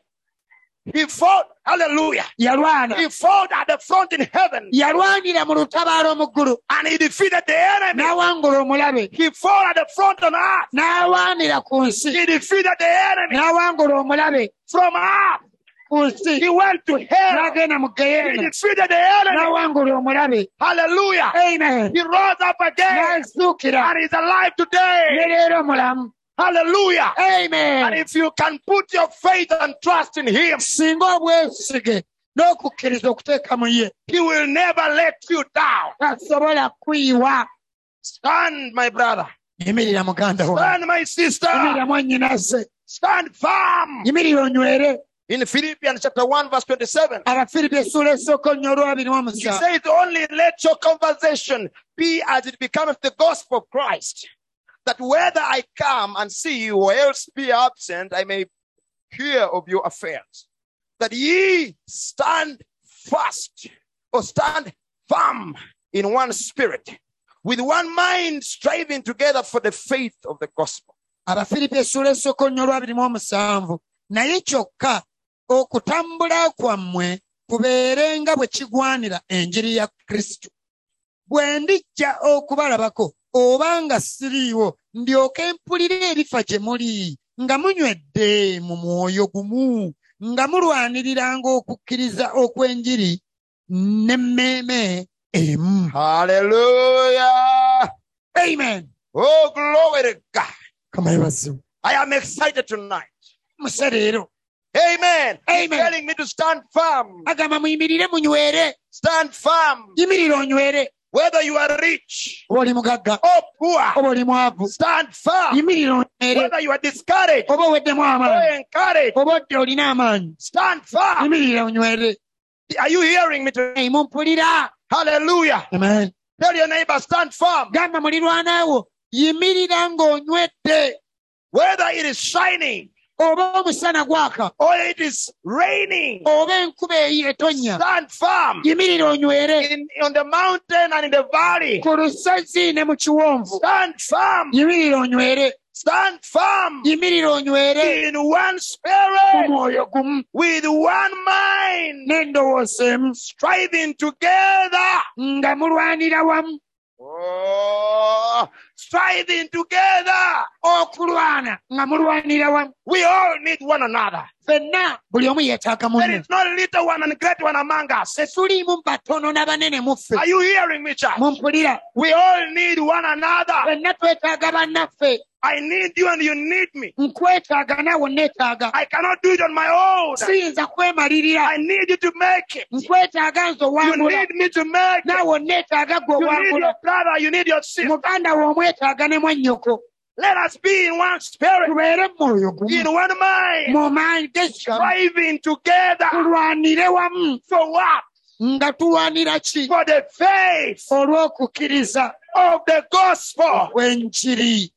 Speaker 1: He fought, hallelujah.
Speaker 2: yalwana
Speaker 1: He fought at the front in heaven.
Speaker 2: yalwanira mu lutabaalo mu ggulu
Speaker 1: And he defeated the enemy.
Speaker 2: n'awangula omulabe
Speaker 1: He fought at the front on earth.
Speaker 2: n'alwanira ku nsi
Speaker 1: He defeated the enemy
Speaker 2: n'awangula omulabe
Speaker 1: from earth.
Speaker 2: ku nsi
Speaker 1: He went to hell.
Speaker 2: n'agenda mu
Speaker 1: He
Speaker 2: geyeena
Speaker 1: defeated the enemy.
Speaker 2: n'awangula omulabe
Speaker 1: Hallelujah.
Speaker 2: amen
Speaker 1: He rose up again
Speaker 2: n'azuukira
Speaker 1: and he's alive
Speaker 2: ne
Speaker 1: today.
Speaker 2: leero mulamu
Speaker 1: Hallelujah. And
Speaker 2: amen
Speaker 1: if you can put your faith and trust in him,
Speaker 2: singa obwesige n'okukkiriza okuteeka mu ye
Speaker 1: he will never let you down.
Speaker 2: tasobola kuyiwa
Speaker 1: Stand, my brother.
Speaker 2: yimirira muganda wo
Speaker 1: Stand, my sister.
Speaker 2: yimirira mwannyinaze
Speaker 1: Stand firm.
Speaker 2: yimirira onywere
Speaker 1: In Philippians chapter 1, verse 27,
Speaker 2: abafiripi essula esooka onnya olwabiri
Speaker 1: he
Speaker 2: wamusa
Speaker 1: says, Only let your conversation be as it becometh the gospel of Christ, that whether I come and see you or else be absent, I may hear of your affairs. That ye stand fast or stand firm in one spirit, with one mind striving together for the faith of the gospel.
Speaker 2: abafiripi essula esooka onnya olwabiri mu omusanvu naye kyokka okutambula kwammwe kubeere nga bwe kigwanira enjiri ya kristo bwe ndijja okubalabako oba nga siriiwo ndyoke mpulire erifa gye muli nga munywedde mu mwoyo gumu nga mulwaniriranga okukkiriza okw'enjiri n'emmeeme emu
Speaker 1: Hallelujah.
Speaker 2: amen
Speaker 1: Oh, glory to God.
Speaker 2: kamayebazibu
Speaker 1: I am excited tonight.
Speaker 2: muse leero
Speaker 1: Amen. He's
Speaker 2: Amen.
Speaker 1: telling me to stand firm.
Speaker 2: agamba muyimirire munywere
Speaker 1: Stand firm.
Speaker 2: yimirira onywere
Speaker 1: Whether you are rich
Speaker 2: oba oli mugagga
Speaker 1: or poor,
Speaker 2: oba oli mwavu
Speaker 1: stand firm.
Speaker 2: yimirira onywere
Speaker 1: Whether you are discouraged
Speaker 2: oba oweddemu
Speaker 1: or
Speaker 2: amaanyi
Speaker 1: encouraged,
Speaker 2: oba odde olina amaanyi
Speaker 1: stand firm.
Speaker 2: yimirira onywere
Speaker 1: Are you hearing me today?
Speaker 2: Ayi, mumpulira
Speaker 1: Hallelujah.
Speaker 2: Amen.
Speaker 1: Tell your neighbor, stand firm.
Speaker 2: gamba mulirwanawo yimirira ng'onywedde
Speaker 1: Whether it is shining
Speaker 2: oba omusana gwaka
Speaker 1: or it is raining,
Speaker 2: oba enkuba eyi etonnya
Speaker 1: stand firm.
Speaker 2: yimirira onywere
Speaker 1: In, on the mountain and in the valley,
Speaker 2: ku lusozi ne mu kiwonvu
Speaker 1: stand firm.
Speaker 2: yimirira onywere
Speaker 1: Stand firm.
Speaker 2: yimirira onywere
Speaker 1: In one
Speaker 2: mu
Speaker 1: spirit,
Speaker 2: mwoyo gumu
Speaker 1: with one mind.
Speaker 2: n'endowooza emu
Speaker 1: striving together.
Speaker 2: nga mulwanira wamu
Speaker 1: Oh, striving together.
Speaker 2: okulwana nga mulwanira wamu
Speaker 1: We all need one another.
Speaker 2: ffenna buli omu
Speaker 1: There
Speaker 2: yeetaaga munne
Speaker 1: is no little one and great one among us.
Speaker 2: tetuliimu batono n'abanene muffe
Speaker 1: Are you hearing me, child?
Speaker 2: mumpulira
Speaker 1: We all need one another.
Speaker 2: ffenna twetaaga bannaffe
Speaker 1: I need you and you need me.
Speaker 2: nkwetaaga naawe neetaaga
Speaker 1: I cannot do it on my own.
Speaker 2: siyinza kwemalirira
Speaker 1: I need you to make it.
Speaker 2: nkwetaaga nze
Speaker 1: You
Speaker 2: owangula
Speaker 1: need me to make it.
Speaker 2: naawe neetaaga gwe
Speaker 1: You need
Speaker 2: owangula
Speaker 1: your brother. You need your sister.
Speaker 2: muganda we omwetaaga ne mwannyoko
Speaker 1: Let us be in one spirit,
Speaker 2: tubeere mwoyo gumu
Speaker 1: in one mind,
Speaker 2: mu maanyi g'ekikamu
Speaker 1: striving together
Speaker 2: tulwanire wamu
Speaker 1: for what?
Speaker 2: nga tulwanira ki
Speaker 1: For the faith.
Speaker 2: olw'okukkiriza
Speaker 1: of the gospel.
Speaker 2: wenjiri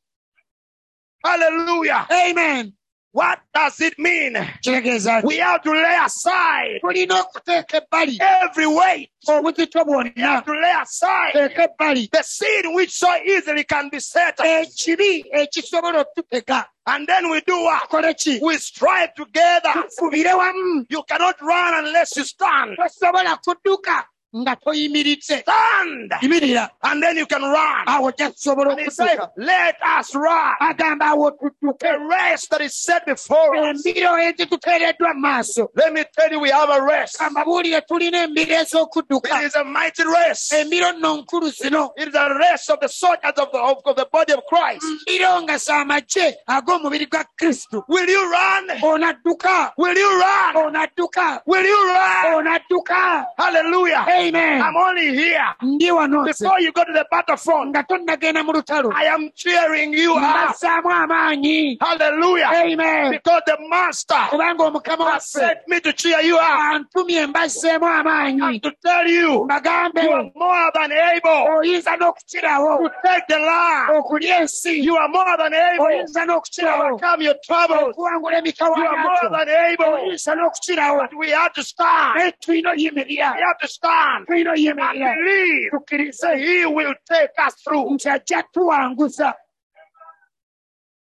Speaker 1: Hallelujah.
Speaker 2: amen
Speaker 1: What does it mean?
Speaker 2: kitegeeza ki?
Speaker 1: We have to lay aside
Speaker 2: tulina okuteeka ebbali
Speaker 1: every weight,
Speaker 2: obuzito bwonna
Speaker 1: to lay aside
Speaker 2: teeka ebbali
Speaker 1: the sin which so easily can be set.
Speaker 2: ekibi ekisobola otutega
Speaker 1: And then we do what?
Speaker 2: kole ki
Speaker 1: We strive together.
Speaker 2: tufubire wamu
Speaker 1: You cannot run unless you stand.
Speaker 2: tosobola kudduka nga toyimiridde
Speaker 1: Stand.
Speaker 2: yimirira
Speaker 1: And then you can run.
Speaker 2: awo ojja kusobola
Speaker 1: And he said,
Speaker 2: okudduka
Speaker 1: Let us run.
Speaker 2: agamba awo tudduke
Speaker 1: The race that is set before us.
Speaker 2: embiro ezituteereddwa mu maaso
Speaker 1: Let me tell you, we have a race.
Speaker 2: ambabuulire tulina embiro ez'okudduka
Speaker 1: It is a mighty race.
Speaker 2: embiro nno nkulu zino
Speaker 1: It is a race of the soldiers of the, of, of the body of Christ.
Speaker 2: mbiro nga z'amagye ag'omubiri gwa kristo
Speaker 1: Will you run?
Speaker 2: onadduka
Speaker 1: Will you run?
Speaker 2: onadduka
Speaker 1: Will you run?
Speaker 2: onadduka
Speaker 1: Hallelujah.
Speaker 2: Amen.
Speaker 1: I'm only here
Speaker 2: Ndi wano nze,
Speaker 1: before you go to the battlefront.
Speaker 2: nga tonnagenda mu lutalo.
Speaker 1: I am cheering you up.
Speaker 2: Mbassaamu amaanyi.
Speaker 1: Hallelujah.
Speaker 2: Amen.
Speaker 1: Because the Master
Speaker 2: Kubanga omukama
Speaker 1: has
Speaker 2: waffe
Speaker 1: sent me to cheer you up
Speaker 2: antumye mbasseemu amaanyi.
Speaker 1: and to tell you you are
Speaker 2: Mbagambe
Speaker 1: more than able
Speaker 2: oyinza n'okukirawo.
Speaker 1: to take the land.
Speaker 2: Okulya ensi.
Speaker 1: You are more than able
Speaker 2: Oyinza
Speaker 1: to
Speaker 2: n'okukirawo.
Speaker 1: overcome your troubles. You
Speaker 2: Okuwangula
Speaker 1: are
Speaker 2: emikawaanaakyo.
Speaker 1: more than able.
Speaker 2: Oyinza n'okukirawo.
Speaker 1: But we have to stand.
Speaker 2: Naye tulina oyimirira.
Speaker 1: We have to stand.
Speaker 2: Tulina oyimirira.
Speaker 1: Believe
Speaker 2: Tukkirize
Speaker 1: that He will take us through.
Speaker 2: nti ajja tuwanguza.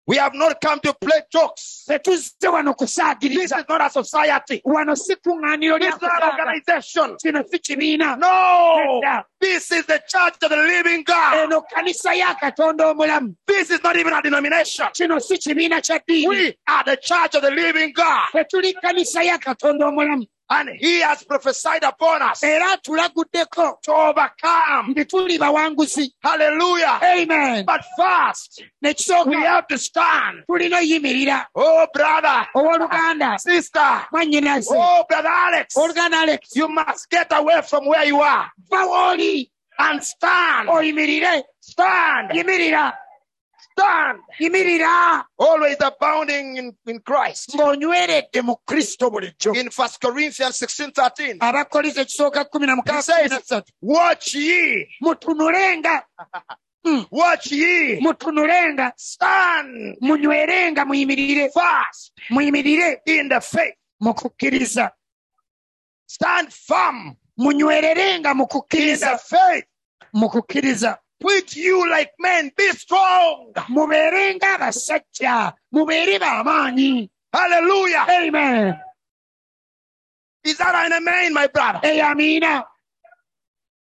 Speaker 1: We have not come to play jokes.
Speaker 2: Tetuzze wano
Speaker 1: This
Speaker 2: kusaagiriza.
Speaker 1: is not a society.
Speaker 2: wano si kuŋŋaaniro
Speaker 1: This
Speaker 2: lya
Speaker 1: is not an
Speaker 2: kusaaga
Speaker 1: organization.
Speaker 2: kino si kibiina
Speaker 1: No.
Speaker 2: Nedda.
Speaker 1: This is the church of the living God.
Speaker 2: eno kanisa ya katonda omulamu
Speaker 1: This is not even a denomination.
Speaker 2: kino si kibiina kya ddiini
Speaker 1: We are the church of the living God.
Speaker 2: tetuli kanisa ya katonda omulamu
Speaker 1: And He has prophesied upon us to
Speaker 2: era atulaguddeko
Speaker 1: overcome.
Speaker 2: nti tuli bawanguzi
Speaker 1: Hallelujah.
Speaker 2: amen
Speaker 1: But first, we
Speaker 2: nekisooka
Speaker 1: have to stand.
Speaker 2: tulina oyimirira
Speaker 1: Oh, brother,
Speaker 2: owooluganda
Speaker 1: sister.
Speaker 2: mwannyinaze
Speaker 1: Oh, brother Alex.
Speaker 2: owooluganda alex
Speaker 1: You must get away from where you are
Speaker 2: va wooli
Speaker 1: and stand.
Speaker 2: oyimirire
Speaker 1: Stand.
Speaker 2: yimirira
Speaker 1: Stand.
Speaker 2: yimirira
Speaker 1: Always abounding in, in Christ.
Speaker 2: ng'onyweredde mu kristo bulijjo
Speaker 1: In First Corinthians 16 13.
Speaker 2: abakolinso ekisooka kumi na mukaaga kumi na ssatu
Speaker 1: Watch ye.
Speaker 2: mutunulenga
Speaker 1: Watch ye.
Speaker 2: mutunulenga
Speaker 1: Stand
Speaker 2: munywerenga muyimirire
Speaker 1: fast
Speaker 2: muyimirire
Speaker 1: in the faith.
Speaker 2: mu kukkiriza
Speaker 1: Stand firm
Speaker 2: munywererenga mu
Speaker 1: in
Speaker 2: kukkiriza
Speaker 1: the faith.
Speaker 2: mu kukkiriza
Speaker 1: Quit you like men. Be strong.
Speaker 2: mubeerenga abasajja mubeere baamaanyi
Speaker 1: Hallelujah.
Speaker 2: amen
Speaker 1: Is that an amen, my brother?
Speaker 2: eyo amiina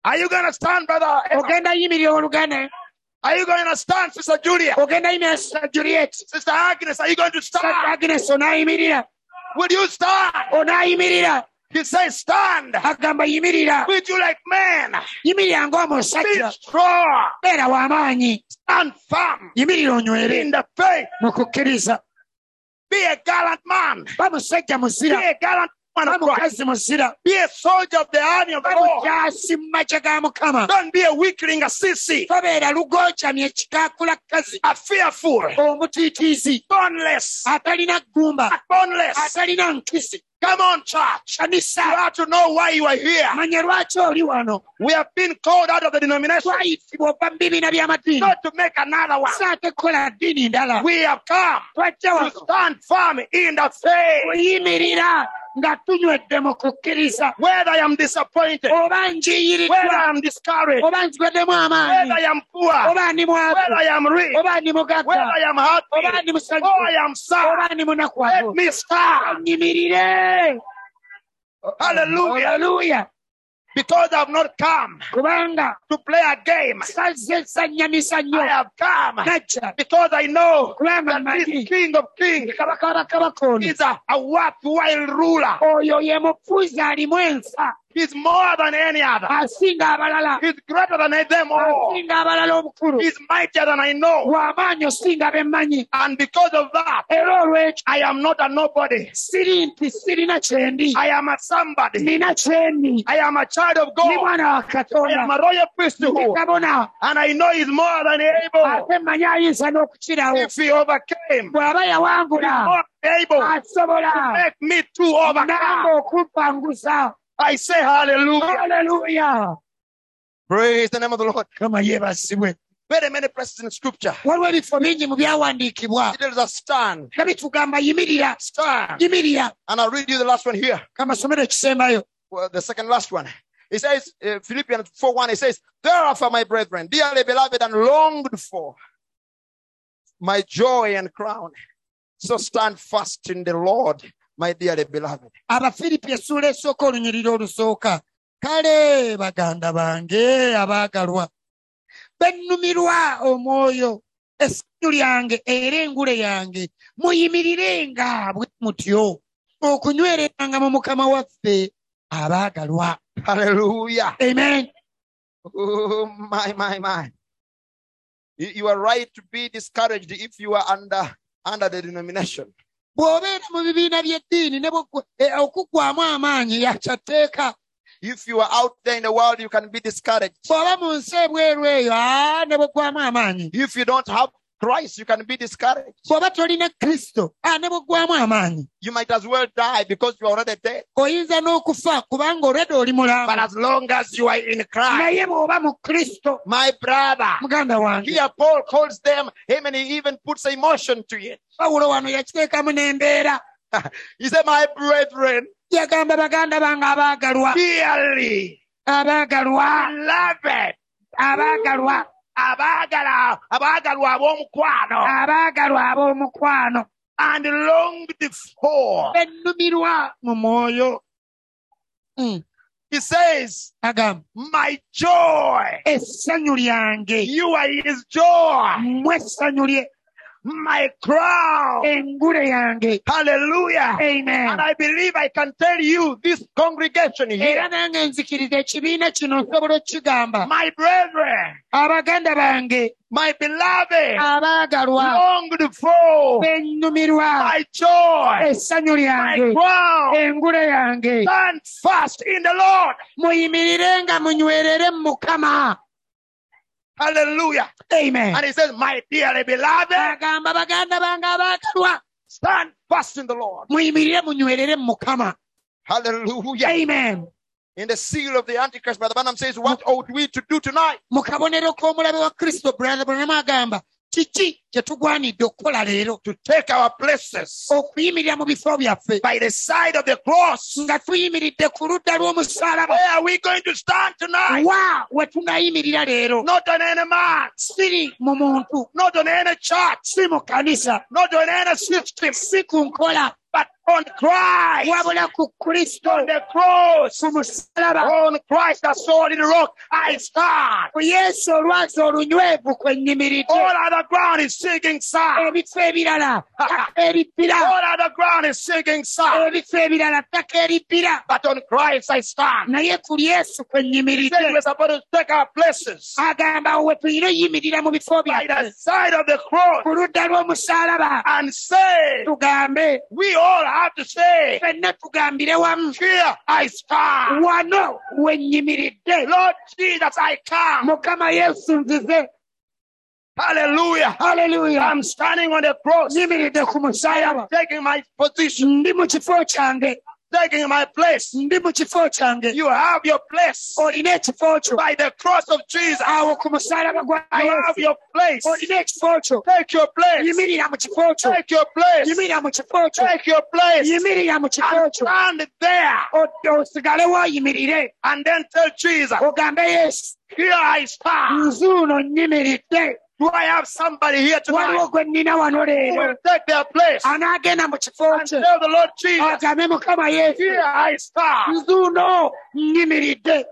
Speaker 1: Are you going to stand, brother? Enoch?
Speaker 2: ogenda yimirira olugana
Speaker 1: Are you going to stand, Sister Julia?
Speaker 2: ogenda yimirira sisa juliet
Speaker 1: Sister Agnes, are you going to
Speaker 2: Sasa
Speaker 1: stand?
Speaker 2: agnes onaayimirira
Speaker 1: Will you stand?
Speaker 2: onaayimirira
Speaker 1: He says, stand.
Speaker 2: agamba yimirira
Speaker 1: Quit you like men. Be
Speaker 2: yimirira ng'omusajja
Speaker 1: strong
Speaker 2: beera w'amaanyi
Speaker 1: and firm
Speaker 2: yimirira onywere
Speaker 1: in the faith.
Speaker 2: mu kukkiriza
Speaker 1: Be a gallant man.
Speaker 2: ba musajja
Speaker 1: Be
Speaker 2: muzira
Speaker 1: a gallant man
Speaker 2: ba
Speaker 1: of Christ.
Speaker 2: mukazi muzira
Speaker 1: Be a soldier of the army of the
Speaker 2: ba
Speaker 1: Lord.
Speaker 2: mukyasi mu makya ga mukama
Speaker 1: Don't be a weakling, a sissy,
Speaker 2: tobeera lugoocamya ekikaakula kazi
Speaker 1: a fearful,
Speaker 2: omutiitiizi
Speaker 1: boneless,
Speaker 2: atalina ggumba
Speaker 1: boneless.
Speaker 2: atalina nkisi
Speaker 1: Come on, church.
Speaker 2: kanisa
Speaker 1: You have to know why you are here.
Speaker 2: manya lwaki oli wano
Speaker 1: We have been called out of the denomination
Speaker 2: twayitibwa obba mu bibiina by'amadiini
Speaker 1: not to make another one.
Speaker 2: saate kukola ddiini ndala
Speaker 1: We have come
Speaker 2: twajja
Speaker 1: to
Speaker 2: wano
Speaker 1: stand firm in the faith.
Speaker 2: kuyimirira nga tunywedde mu kukkiriza
Speaker 1: Whether I am disappointed,
Speaker 2: oba
Speaker 1: whether
Speaker 2: njiyiriddwa
Speaker 1: I am discouraged,
Speaker 2: oba nziweddemu
Speaker 1: whether
Speaker 2: amaanyi
Speaker 1: I am poor,
Speaker 2: oba ndi
Speaker 1: whether
Speaker 2: mwavu
Speaker 1: I am rich,
Speaker 2: oba ndi
Speaker 1: whether
Speaker 2: mugagga
Speaker 1: I am happy,
Speaker 2: oba ndi
Speaker 1: or
Speaker 2: musanyufu
Speaker 1: I am sad.
Speaker 2: oba ndi
Speaker 1: Let
Speaker 2: munakuwavu
Speaker 1: me stand.
Speaker 2: nyimirire oh,
Speaker 1: Hallelujah.
Speaker 2: Hallelujah.
Speaker 1: Because I've not come
Speaker 2: kubanga
Speaker 1: to play a game.
Speaker 2: saze nsanya misanyo
Speaker 1: I have come
Speaker 2: najja
Speaker 1: because I know
Speaker 2: kubanga
Speaker 1: this
Speaker 2: mmanyi
Speaker 1: King of Kings
Speaker 2: kabaka wabakabaka ono
Speaker 1: is a, a worthwhile ruler.
Speaker 2: oyo ye mufuzi alimu enfa
Speaker 1: He's more than any
Speaker 2: Ah.
Speaker 1: other.
Speaker 2: asinga abalala
Speaker 1: He's greater than them all.
Speaker 2: asinga abalala obukulu
Speaker 1: He's mightier than I know.
Speaker 2: w'amaanyi osinga bemmanyi
Speaker 1: And because of that,
Speaker 2: era olwekyo
Speaker 1: I am not a nobody.
Speaker 2: siri nti sirina kyendi
Speaker 1: I am a somebody.
Speaker 2: nina kyendi
Speaker 1: I am a child of
Speaker 2: ni
Speaker 1: God.
Speaker 2: mwana wa
Speaker 1: I am
Speaker 2: katonda
Speaker 1: a royal
Speaker 2: ndi
Speaker 1: priesthood.
Speaker 2: kabona
Speaker 1: And I know he's more than able.
Speaker 2: ate mmanyi ayinza n'okukirawo
Speaker 1: If he overcame,
Speaker 2: bw'aba yawangula
Speaker 1: more able to
Speaker 2: asobola
Speaker 1: make me to overcome.
Speaker 2: namba okupanguza
Speaker 1: I say hallelujah.
Speaker 2: aleluya
Speaker 1: Praise the name of the Lord.
Speaker 2: kama yeebasibwe
Speaker 1: Very many places in scripture.
Speaker 2: waliwo ebifo bingi mu byawandiikibwa
Speaker 1: There is a stand.
Speaker 2: nga bitugamba yimirira
Speaker 1: Stand.
Speaker 2: yimirira
Speaker 1: And I'll read you the last one here.
Speaker 2: kama somero ekisembayo
Speaker 1: Well, the second last one. It says, uh, Philippians 4 1, it says, Thereafter, my brethren, dearly beloved and longed for, my joy and crown. So stand fast in the Lord, my dearly beloved.
Speaker 2: abafiripi essuula esooka olunyirira olusooka kale baganda bange abaagalwa bennumirwa omwoyo essanyu lyange era engule yange muyimirirenga bwe mutyo okunywereranga mu mukama waffe abaagalwa
Speaker 1: Hallelujah.
Speaker 2: amen
Speaker 1: Oh, my, my, my. You you are right to be discouraged if you are under under the denomination.
Speaker 2: e, bw'obeera mu bibiina by'eddiini ne bwe ggwe- eh, okuggwamu amaanyi yakya tteeka
Speaker 1: If you are out there in the world, you can be discouraged.
Speaker 2: bw'oba mu nsi ebweru eyo aa ne bugwamu amaanyi
Speaker 1: If you don't have Christ, you can be discouraged.
Speaker 2: bw'oba tolina kristo aa ne bugwamu amaanyi
Speaker 1: You might as well die because you are already dead.
Speaker 2: oyinza n'okufa kubanga olwedde oli mulamu
Speaker 1: But as long as you are in Christ,
Speaker 2: naye bw'oba mu kristo
Speaker 1: my brother,
Speaker 2: muganda wange
Speaker 1: here Paul calls them, him, and he even puts emotion to it.
Speaker 2: pawulo wano yakiteekamu n'embeera
Speaker 1: He said, My brethren,
Speaker 2: yagamba baganda bange abaagalwa
Speaker 1: dearly
Speaker 2: abaagalwa
Speaker 1: beloved,
Speaker 2: abaagalwa
Speaker 1: abagala, abagalwa ab'omukwano,
Speaker 2: abaagalwa ab'omukwano
Speaker 1: and longed for.
Speaker 2: bennumirwa mu mwoyo Mm,
Speaker 1: He says,
Speaker 2: agamba
Speaker 1: My joy,
Speaker 2: essanyu lyange
Speaker 1: you are his joy,
Speaker 2: mmwe essanyu lye
Speaker 1: my crown.
Speaker 2: engule yange
Speaker 1: Hallelujah. And
Speaker 2: amen
Speaker 1: I believe I can tell you this congregation here,
Speaker 2: era nange nzikiriza ekibiina kino nsobola okukigamba
Speaker 1: my brethren,
Speaker 2: abaganda bange
Speaker 1: my beloved,
Speaker 2: abaagalwa
Speaker 1: longed for,
Speaker 2: bennumirwa
Speaker 1: my joy,
Speaker 2: essanyu
Speaker 1: my
Speaker 2: lyange
Speaker 1: crown.
Speaker 2: engule yange
Speaker 1: Stand fast in the Lord.
Speaker 2: muyimirirenga munywerere mu mukama
Speaker 1: Hallelujah.
Speaker 2: amen
Speaker 1: And he says, My dearly beloved,
Speaker 2: agamba baganda bange abaagalwa
Speaker 1: stand fast in the Lord.
Speaker 2: muyimirire munywerere mu mukama
Speaker 1: Hallelujah.
Speaker 2: amen
Speaker 1: In the seal of the Antichrist, Brother Branham says, What ought we to do tonight?
Speaker 2: mu kabonero k'omulabe wa kristo brother branam agamba kiki kye tugwanidde okukola leero
Speaker 1: To take our places
Speaker 2: okuyimirira mu bifo byaffe
Speaker 1: by the side of the cross.
Speaker 2: nga tuyimiridde ku ludda lw'omusaalaba
Speaker 1: Where are we going to stand tonight?
Speaker 2: wa we tunayimirira leero
Speaker 1: Not on any man,
Speaker 2: siri mu muntu
Speaker 1: not on any church,
Speaker 2: si mu kanisa
Speaker 1: not on any system,
Speaker 2: si ku nkola
Speaker 1: but on Christ,
Speaker 2: wabula ku kristo
Speaker 1: on the cross,
Speaker 2: ku musaalaba
Speaker 1: on Christ, the sword in the rock. I stand.
Speaker 2: ku yesu olwazi olunywevu kwe nnimiridde
Speaker 1: All other ground is sinking sand.
Speaker 2: ebifo ebirala ttaka eribbira
Speaker 1: All other ground is sinking sand.
Speaker 2: ebifo ebirala ttaka eribbira
Speaker 1: But on Christ I stand.
Speaker 2: naye ku yesu kwe
Speaker 1: He said
Speaker 2: nnimiridde
Speaker 1: we're supposed to take our places
Speaker 2: agamba we tuyina oyimirira mu bifo
Speaker 1: by the
Speaker 2: byaffe
Speaker 1: side of the cross
Speaker 2: ku ludda lw'omusaalaba
Speaker 1: and say,
Speaker 2: tugambe
Speaker 1: we all have to say,
Speaker 2: fenna tugambire wamu
Speaker 1: here I stand.
Speaker 2: wano we nnimiridde
Speaker 1: Lord Jesus, I come.
Speaker 2: mukama yesu nzize
Speaker 1: Hallelujah.
Speaker 2: haleluya
Speaker 1: I'm standing on the cross,
Speaker 2: nyimiridde ku musaalaba
Speaker 1: taking my position,
Speaker 2: ndi mu kifo kyange
Speaker 1: taking my place.
Speaker 2: ndi mu kifo kyange
Speaker 1: You have your place
Speaker 2: olina ekifo kyo
Speaker 1: by the cross of Jesus.
Speaker 2: awo ku musaalaba gwa
Speaker 1: You have
Speaker 2: yesu
Speaker 1: your place.
Speaker 2: olina ekifo kyo
Speaker 1: Take your place.
Speaker 2: yimirira mu kifo kyo
Speaker 1: Take your place.
Speaker 2: yimirira mu kifo kyo
Speaker 1: Take your place.
Speaker 2: yimirira mu kifo
Speaker 1: And
Speaker 2: kyo
Speaker 1: stand there.
Speaker 2: Odde osigale wooyimirire
Speaker 1: And then tell Jesus,
Speaker 2: ogambe yesu
Speaker 1: here I stand.
Speaker 2: nzuuno nnimiridde
Speaker 1: Do I have somebody here
Speaker 2: eh? waliwo
Speaker 1: tonight
Speaker 2: gwe nnina wano
Speaker 1: who
Speaker 2: leero
Speaker 1: will take their place?
Speaker 2: anaagenda mu kifo
Speaker 1: And
Speaker 2: kye
Speaker 1: tell the Lord Jesus,
Speaker 2: ogambe mukama yesu
Speaker 1: here I stand.
Speaker 2: nzuuno nnimiridde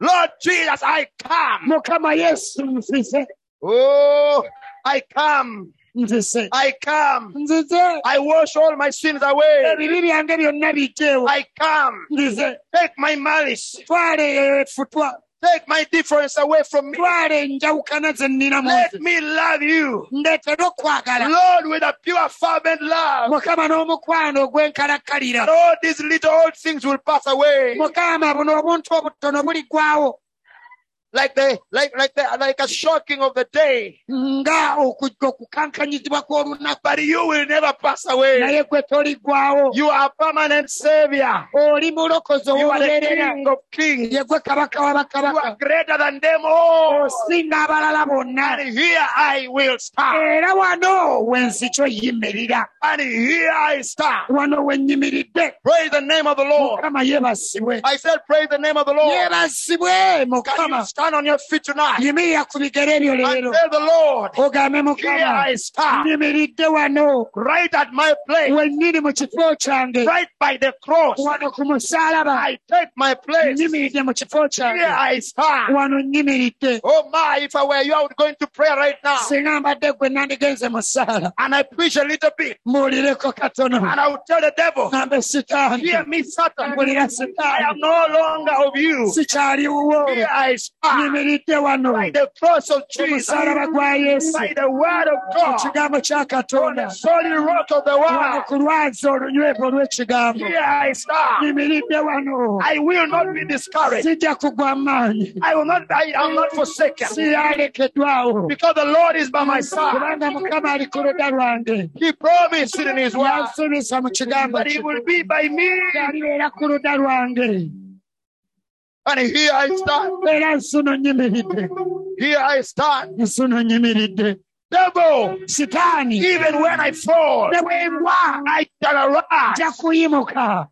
Speaker 1: Lord Jesus, I come.
Speaker 2: eh? mukama yesu nzize
Speaker 1: Oh, I come.
Speaker 2: nzize
Speaker 1: I come.
Speaker 2: nzize
Speaker 1: I wash all my sins away.
Speaker 2: ebibi Eh, byange byonna bijeewo
Speaker 1: I come.
Speaker 2: nzize eh,
Speaker 1: Take my malice.
Speaker 2: twala efutwa
Speaker 1: Take my difference away from me.
Speaker 2: twala enjawukana ze nnina mu
Speaker 1: Let
Speaker 2: nze
Speaker 1: me love you.
Speaker 2: ndeetera okwagala
Speaker 1: Lord, with a pure, fervent love.
Speaker 2: mukama n'omukwano ogw'enkalakkalira
Speaker 1: And all these little old things will pass away.
Speaker 2: mukama buno obuntu obutono buliggwawo
Speaker 1: Like the like like the like a shocking of the day.
Speaker 2: nga okujja okukankanyizibwa kw'olunaku
Speaker 1: But you will never pass away.
Speaker 2: naye gwe toliggwawo
Speaker 1: You are permanent savior.
Speaker 2: oli mulokozi
Speaker 1: You are the
Speaker 2: owolubeerera
Speaker 1: king of kings.
Speaker 2: ye Oh, gwe kabaka wa
Speaker 1: You
Speaker 2: bakabaka
Speaker 1: are greater than them all.
Speaker 2: osinga abalala bonna
Speaker 1: And here I will stand.
Speaker 2: era wano we nsikyo yimirira
Speaker 1: And here I stand.
Speaker 2: wano we nnimiridde
Speaker 1: Praise the name of the Lord.
Speaker 2: mukama yeebasibwe
Speaker 1: I said, praise the name of the Lord.
Speaker 2: yeebasibwe
Speaker 1: Can
Speaker 2: mukama
Speaker 1: you stand on your feet tonight
Speaker 2: yimirira ku bigere byo leero
Speaker 1: and tell the Lord,
Speaker 2: ogambe
Speaker 1: here
Speaker 2: mukama
Speaker 1: I stand,
Speaker 2: nnimiridde wano
Speaker 1: right at my place,
Speaker 2: wennyini mu kifo kyange
Speaker 1: right by the cross.
Speaker 2: wano ku musaalaba
Speaker 1: I take my place. Here
Speaker 2: nyimiridde mu kifo kyange
Speaker 1: I stand.
Speaker 2: wano nyimiridde
Speaker 1: Oh my, if I were you, I would go into prayer right now.
Speaker 2: singa mbadde gwe nandigenze musaala
Speaker 1: And I preach a little bit.
Speaker 2: mbuulireko katono
Speaker 1: And I would tell the devil,
Speaker 2: nambe sitaani
Speaker 1: hear me, Satan.
Speaker 2: mbulira
Speaker 1: I
Speaker 2: sitaani
Speaker 1: am no longer of you.
Speaker 2: sikyaliwo
Speaker 1: Here I over
Speaker 2: nyimiridde wano
Speaker 1: by the cross of Jesus,
Speaker 2: omusalaba gwa yesu
Speaker 1: by the word of
Speaker 2: mu
Speaker 1: God,
Speaker 2: kigambo kya
Speaker 1: on
Speaker 2: katonda
Speaker 1: the solid rock of the
Speaker 2: wano
Speaker 1: world.
Speaker 2: ku lwazi olunywevu olw'ekigambo
Speaker 1: Here I stand.
Speaker 2: nyimiridde wano
Speaker 1: I will not be discouraged.
Speaker 2: sijja kugwa maanyi
Speaker 1: I will not. I am not forsaken
Speaker 2: siyalekeddwawo
Speaker 1: because the Lord is by my side.
Speaker 2: kubanga mukama ali ku ludda lwange
Speaker 1: He promised it in His word
Speaker 2: yansuubisa mu kigambo
Speaker 1: that He
Speaker 2: kye
Speaker 1: will be by me,
Speaker 2: alibeera ku ludda lwange
Speaker 1: and here I stand.
Speaker 2: era nsuno nyimiridde
Speaker 1: Here I stand.
Speaker 2: nsuno nyimiridde
Speaker 1: Devil,
Speaker 2: sitaani
Speaker 1: even when I fall,
Speaker 2: ne bwembwa
Speaker 1: I shall arise.
Speaker 2: nja kuyimuka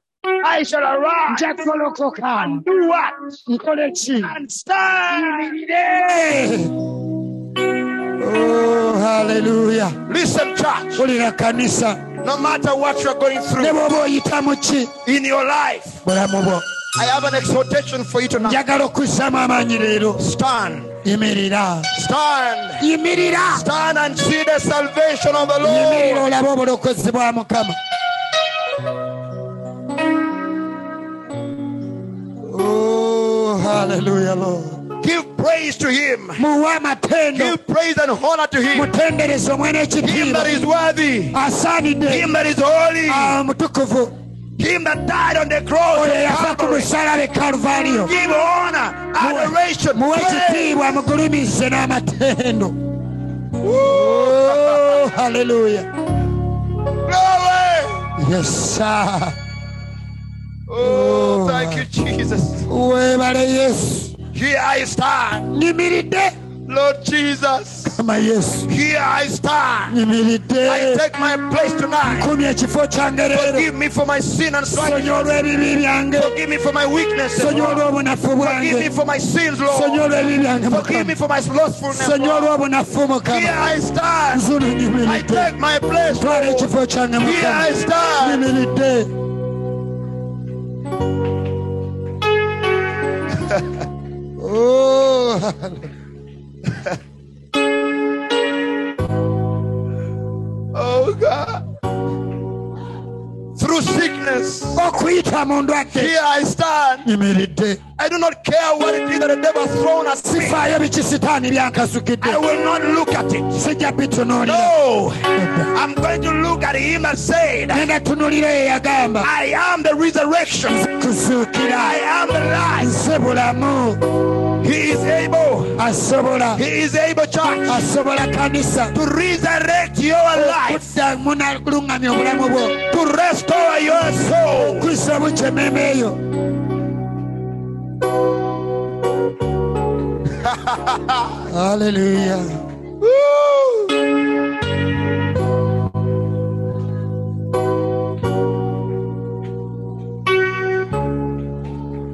Speaker 1: I shall arise.
Speaker 2: nja kugolokoka
Speaker 1: Do what?
Speaker 2: nkole ki
Speaker 1: And stand.
Speaker 2: Oh, haleluya
Speaker 1: Listen, church.
Speaker 2: kulira kanisa
Speaker 1: No matter what you are going
Speaker 2: ne
Speaker 1: through
Speaker 2: bw'oba oyitamu ki
Speaker 1: in your life,
Speaker 2: bulamu bwo
Speaker 1: I have an exhortation for you tonight.
Speaker 2: njagala okuzzaamu amaanyi leero
Speaker 1: Stand.
Speaker 2: yimirira
Speaker 1: Stand.
Speaker 2: yimirira
Speaker 1: Stand and see the salvation of the
Speaker 2: yimirira
Speaker 1: Lord.
Speaker 2: olabe obulokozi bwa mukama Oh, haleluya lord
Speaker 1: Give praise to Him.
Speaker 2: muwe amatendo
Speaker 1: Give praise and honor to Him.
Speaker 2: mutendereze omwene
Speaker 1: Him
Speaker 2: ekitiibwa
Speaker 1: that is worthy.
Speaker 2: asaanidde
Speaker 1: Him that is holy.
Speaker 2: Ah, omutukuvu
Speaker 1: Him that died on the cross.
Speaker 2: oyo
Speaker 1: of
Speaker 2: yafa ku
Speaker 1: Calvary.
Speaker 2: musalabe kaluvaliyo
Speaker 1: Give honor, adoration,
Speaker 2: muwe
Speaker 1: praise.
Speaker 2: ekitiibwa mugulumize n'amatendo Oh, haleluya
Speaker 1: Glory.
Speaker 2: yesa
Speaker 1: Oh, thank you, Jesus.
Speaker 2: weebale yesu
Speaker 1: Here I stand.
Speaker 2: nyimiridde
Speaker 1: Lord Jesus.
Speaker 2: ama yesu
Speaker 1: Here I stand.
Speaker 2: nyimiridde
Speaker 1: I take my place tonight.
Speaker 2: kumya ekifo kyange leero
Speaker 1: Forgive me for my sin and
Speaker 2: sonya
Speaker 1: struggle.
Speaker 2: olw'ebibi byange
Speaker 1: Forgive me for my weaknesses.
Speaker 2: sonya
Speaker 1: Lord.
Speaker 2: olw'obunafu
Speaker 1: Forgive me
Speaker 2: bwange
Speaker 1: for my sins,
Speaker 2: sonya
Speaker 1: Lord.
Speaker 2: olw'ebibi byange
Speaker 1: Forgive me
Speaker 2: mukama
Speaker 1: for my slothfulness.
Speaker 2: sonya
Speaker 1: Lord.
Speaker 2: olw'obunafu
Speaker 1: Here
Speaker 2: mukama
Speaker 1: I stand.
Speaker 2: nzuno
Speaker 1: I
Speaker 2: nyimiridde
Speaker 1: take my place.
Speaker 2: twala
Speaker 1: Lord.
Speaker 2: ekifo kyange
Speaker 1: Here
Speaker 2: mukama
Speaker 1: I stand.
Speaker 2: nyimiridde
Speaker 1: (laughs)
Speaker 2: Oh,
Speaker 1: Oh God. Through sickness.
Speaker 2: okuyita mu ndwadde
Speaker 1: Here I stand.
Speaker 2: nyimiridde
Speaker 1: I do not care what it is that the devil has thrown at me.
Speaker 2: sifaayo biki sitaani byankasukidde
Speaker 1: I will not look at it.
Speaker 2: sijja bitunuulira
Speaker 1: No. I'm going to look at him and say, that
Speaker 2: nenda tunuulira yeyagamba
Speaker 1: I am the resurrection. I
Speaker 2: kuzuukira
Speaker 1: am the life.
Speaker 2: nze bulamu
Speaker 1: He is able.
Speaker 2: asobola
Speaker 1: He is able, church,
Speaker 2: asobola kanisa
Speaker 1: to resurrect your life,
Speaker 2: kuddamu naluluŋŋamya obulamu bwo
Speaker 1: to restore your soul.
Speaker 2: kuzza bukya emmeeme eyo haleluya
Speaker 1: (laughs) Woo!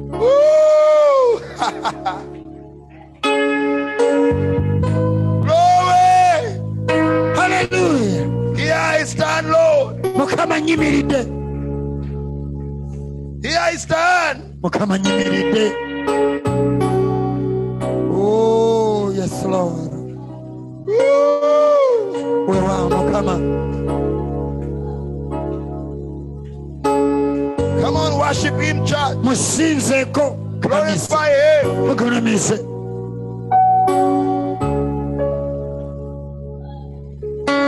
Speaker 1: Woo! Glory!
Speaker 2: haleluya
Speaker 1: Here I stand, Lord.
Speaker 2: mukama nyimiridde
Speaker 1: Here I stand.
Speaker 2: mukama nyimiridde Oh, yes lord
Speaker 1: Woo!
Speaker 2: wewa mukama
Speaker 1: Come on, worship Him, church.
Speaker 2: musinzeeko kanisa
Speaker 1: Glorify Him.
Speaker 2: mugulumize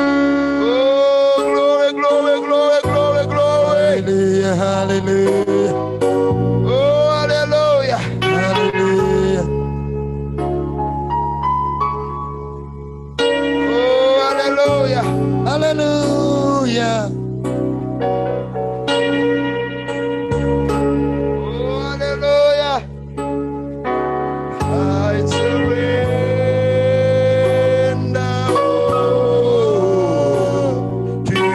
Speaker 1: Oh, glory, glory, glory, glory, glory.
Speaker 2: haleluya haleluya
Speaker 1: Oh, hallelujah.
Speaker 2: haleluya
Speaker 1: Oh, hallelujah.
Speaker 2: haleluya
Speaker 1: Oh, hallelujah. I surrender all to you.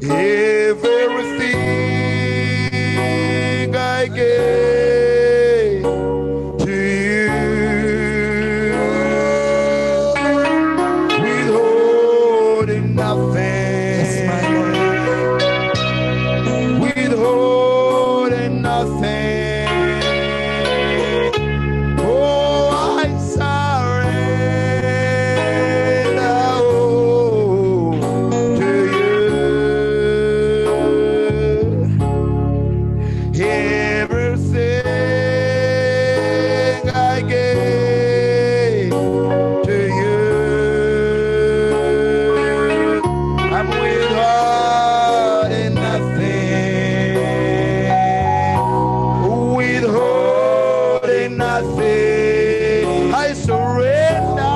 Speaker 1: Everything I gave to you. We Oh,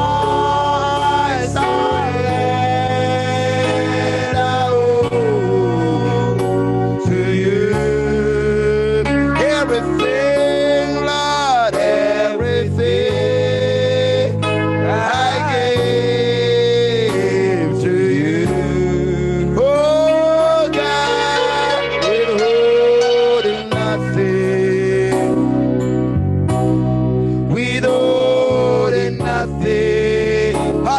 Speaker 1: oh, Oh,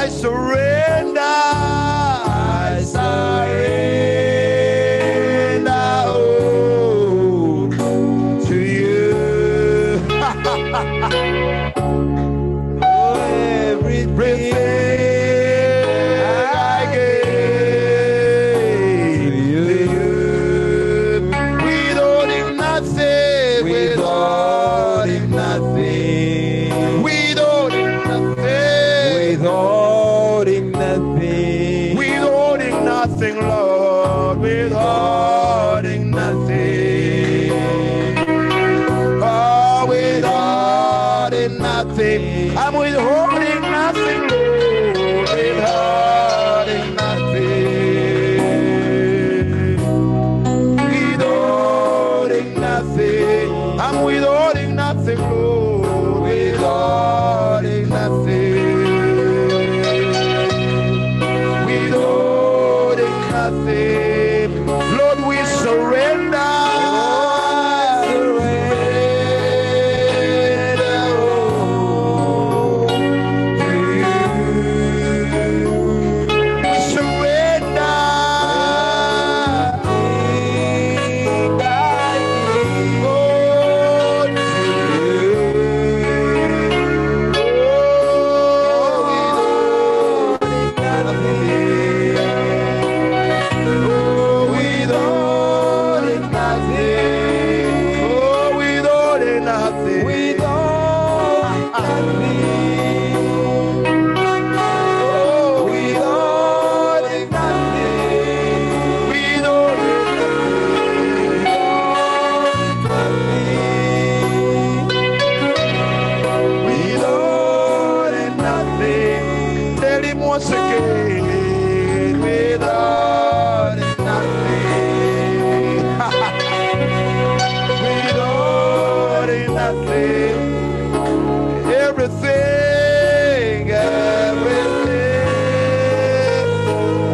Speaker 1: surrender. I surrender all to you. oh, everything I gave you. Without him, nothing. Without him, nothing. Without him, nothing.
Speaker 5: Withholding nothing.
Speaker 1: Withholding nothing, Lord. Withholding nothing. Oh, withholding nothing. I'm withholding nothing, Lord. Withholding nothing. Withholding nothing. I'm withholding nothing, Lord. Withholding nothing withholding nothing. Lord, we surrender. Surrender all to you. Surrender. all to you. Oh, withholding nothing. Tell him once again, without it, nothing. without it, nothing. Everything, everything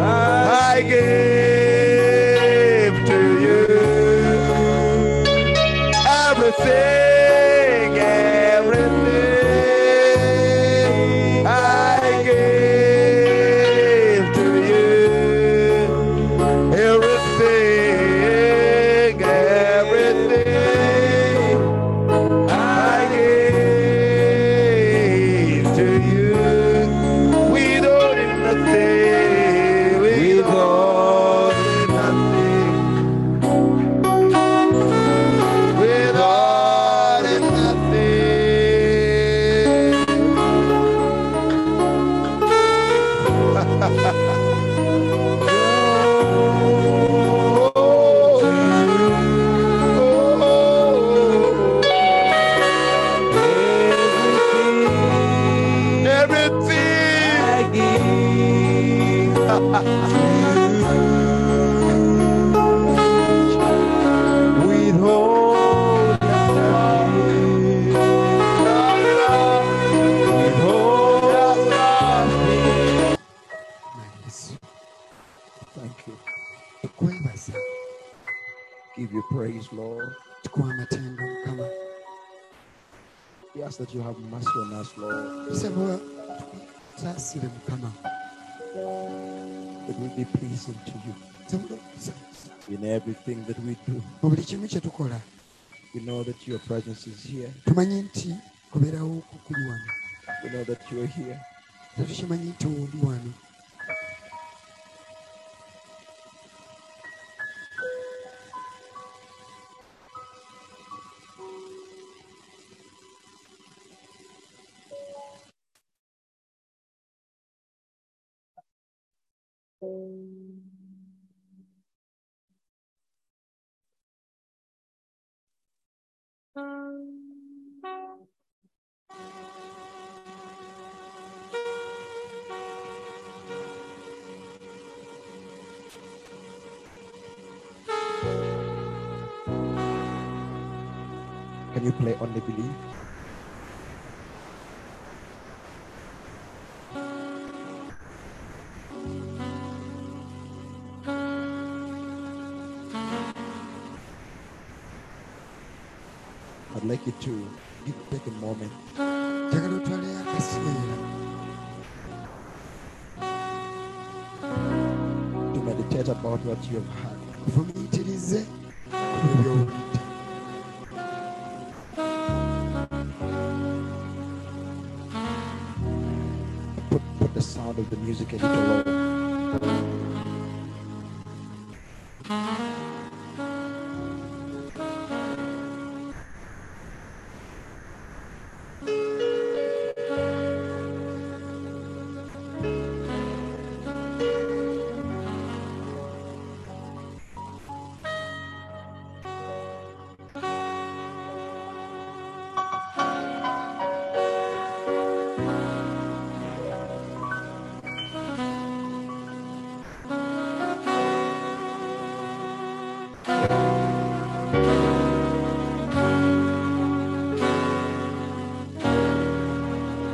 Speaker 1: I gave to you everything, everything I gave to you. Everything, everything I gave to you. Without nothing, without nothing with all and nothing. (laughs) oh, oh, oh. Everything. Withhold nothing. Withhold nothing.
Speaker 5: Yes. Thank you.
Speaker 2: tukwebaza
Speaker 5: Give you praise, Lord.
Speaker 2: tukuwa amatenga mukama
Speaker 5: We ask that you have mercy on us, Lord.
Speaker 2: tusaba tukusaasire mukama
Speaker 5: That we be pleasing to you
Speaker 2: Tusaba tukusaasire.
Speaker 5: in everything that we do.
Speaker 2: mu buli kimu kye tukola
Speaker 5: We know that your presence is here.
Speaker 2: tumanyi nti kubeerawo kukuli wano
Speaker 5: We know that you are here.
Speaker 2: era tukimanyi nti oli wano
Speaker 5: Can you play Only Believe? I'd like you to give, take a moment
Speaker 2: njagala otwaleyo akaseera
Speaker 1: meditate about what you have heard.
Speaker 2: nfumiitirize ku byowulidde
Speaker 1: Put, put the sound of the music a little lower.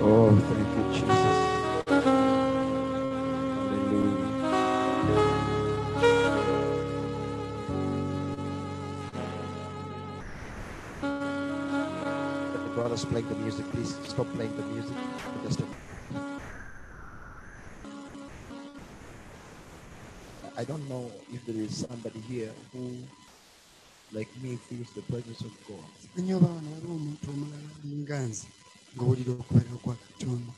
Speaker 1: Oh, thank you, Jesus. Hallelujah. Let the brothers play the music, please. Stop playing the music. Just a I don't know if there is somebody here who, like me, feels the presence of God.
Speaker 2: nnyo baana waliwo omuntu omulala nga nze ng'owulira okubeera kwa katonda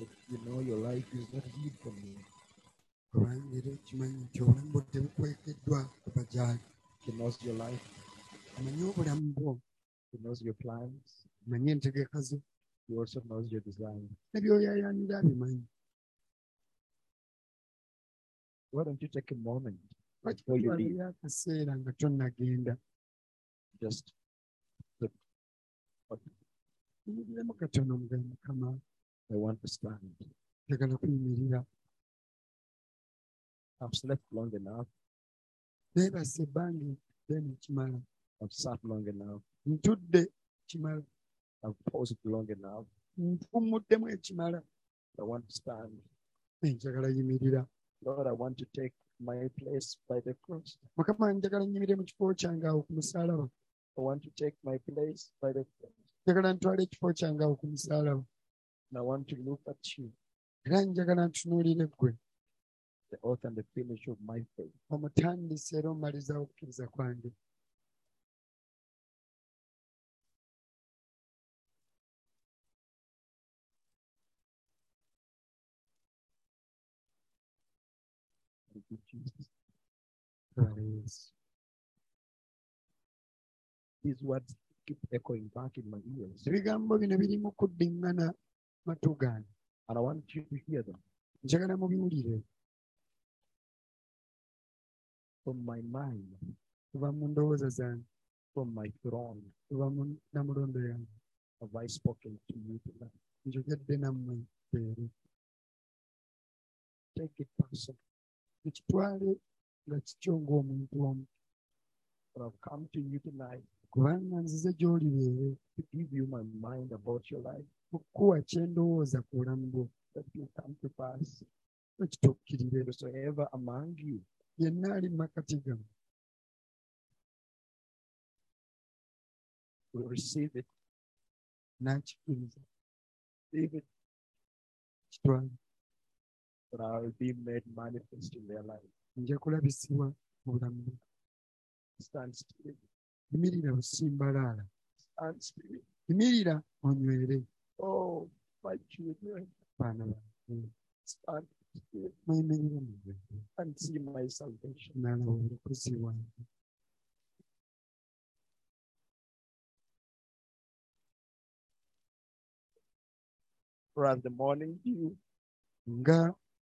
Speaker 1: But you know, your life is not hid from me.
Speaker 2: obange era okimanyi nti obulamu bwo tebukwekeddwa kuba gyali
Speaker 1: He knows your life.
Speaker 2: amanye obulamu bwo
Speaker 1: He knows your plans.
Speaker 2: amanye entegeka zo
Speaker 1: He also knows your design. oh,
Speaker 2: ne byoyayanira abimanyi
Speaker 1: Why don't you take a moment before you leave?
Speaker 2: wakiwaleyo akaseera nga tonnagenda
Speaker 1: Just
Speaker 2: muyigiremu katono omugayo mukama
Speaker 1: I want to stand.
Speaker 2: njagala kuyimirira
Speaker 1: I've slept long enough.
Speaker 2: neebasa ebbanga ddene kimala
Speaker 1: I've sat long enough.
Speaker 2: ntudde kimala
Speaker 1: I've paused long enough.
Speaker 2: nfuumuddemu ekimala
Speaker 1: I want to stand.
Speaker 2: naye njagala yimirira
Speaker 1: Lord, I want to take my place by the cross.
Speaker 2: mukama njagala nyimirire mu kifo kyange awo ku musalaba
Speaker 1: I want to take my place by the cross.
Speaker 2: njagala ntwala ekifo kyange awo ku musalaba
Speaker 1: And I want to look at you,
Speaker 2: era njagala ntunuulire ggwe
Speaker 1: the author and the finisher of my faith.
Speaker 2: omutandisi era omumalizawo okukkiriza kwange
Speaker 1: Thank you, Jesus.
Speaker 2: Twala yesu
Speaker 1: These words keep echoing back in my ears.
Speaker 2: ebigambo bino biri mu kuddiŋŋana matu gange
Speaker 1: And I want you to hear them
Speaker 2: njagala mubiwulire
Speaker 1: from my mind,
Speaker 2: kuva mu ndowooza zange
Speaker 1: from my throne.
Speaker 2: kuva mu namulondo yange
Speaker 1: Have I spoken to you tonight?
Speaker 2: njogedde nammwe leero
Speaker 1: Take it personal.
Speaker 2: ekitwale nga kikyo ng'omuntu omu
Speaker 1: But I've come to you tonight
Speaker 2: kubanga nzize gy'oli leero
Speaker 1: to give you my mind about your life
Speaker 2: okukuwa kye ndowooza ku bulamu bwo
Speaker 1: that will come to pass.
Speaker 2: okituukirire
Speaker 1: Whosoever among you
Speaker 2: yenna ali mu makati gammwe
Speaker 1: will receive it,
Speaker 2: n'akikkiriza
Speaker 1: leave it,
Speaker 2: kitwale
Speaker 1: but I will be made manifest in their life.
Speaker 2: nja kulabisibwa mu bulamu bwo
Speaker 1: Stand still,
Speaker 2: yimirira busimbalaala
Speaker 1: stand still.
Speaker 2: yimirira onywere
Speaker 1: Oh, my children,
Speaker 2: baana bange
Speaker 1: stand still
Speaker 2: mweyimirire mu bwengo
Speaker 1: and see my salvation.
Speaker 2: nalawo obulokozi bwange
Speaker 1: For as the morning dew,
Speaker 2: nga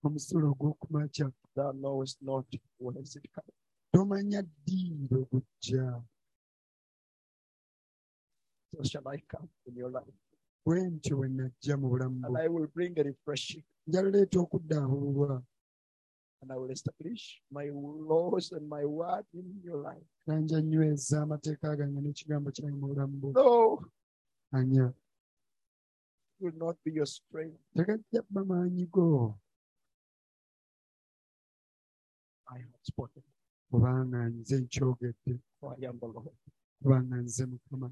Speaker 2: omusolo ogw'okumakya
Speaker 1: thou knowest not whence it comes.
Speaker 2: tomanya ddi lwe gujja
Speaker 1: So shall I come in your life,
Speaker 2: bwe ntyo bwe najja mu bulamu bwo
Speaker 1: and I will bring a refreshing,
Speaker 2: njaleeta okuddaabululwa
Speaker 1: and I will establish my laws and my word in your life.
Speaker 2: era nja nyweza amateeka gange n'ekigambo kyange mu bulamu bwo
Speaker 1: No,
Speaker 2: anya
Speaker 1: it will not be your strength.
Speaker 2: tegajja bba maanyi go
Speaker 1: I have spoken,
Speaker 2: kubanga nze nkyogedde
Speaker 1: for I am the Lord.
Speaker 2: kubanga nze mukama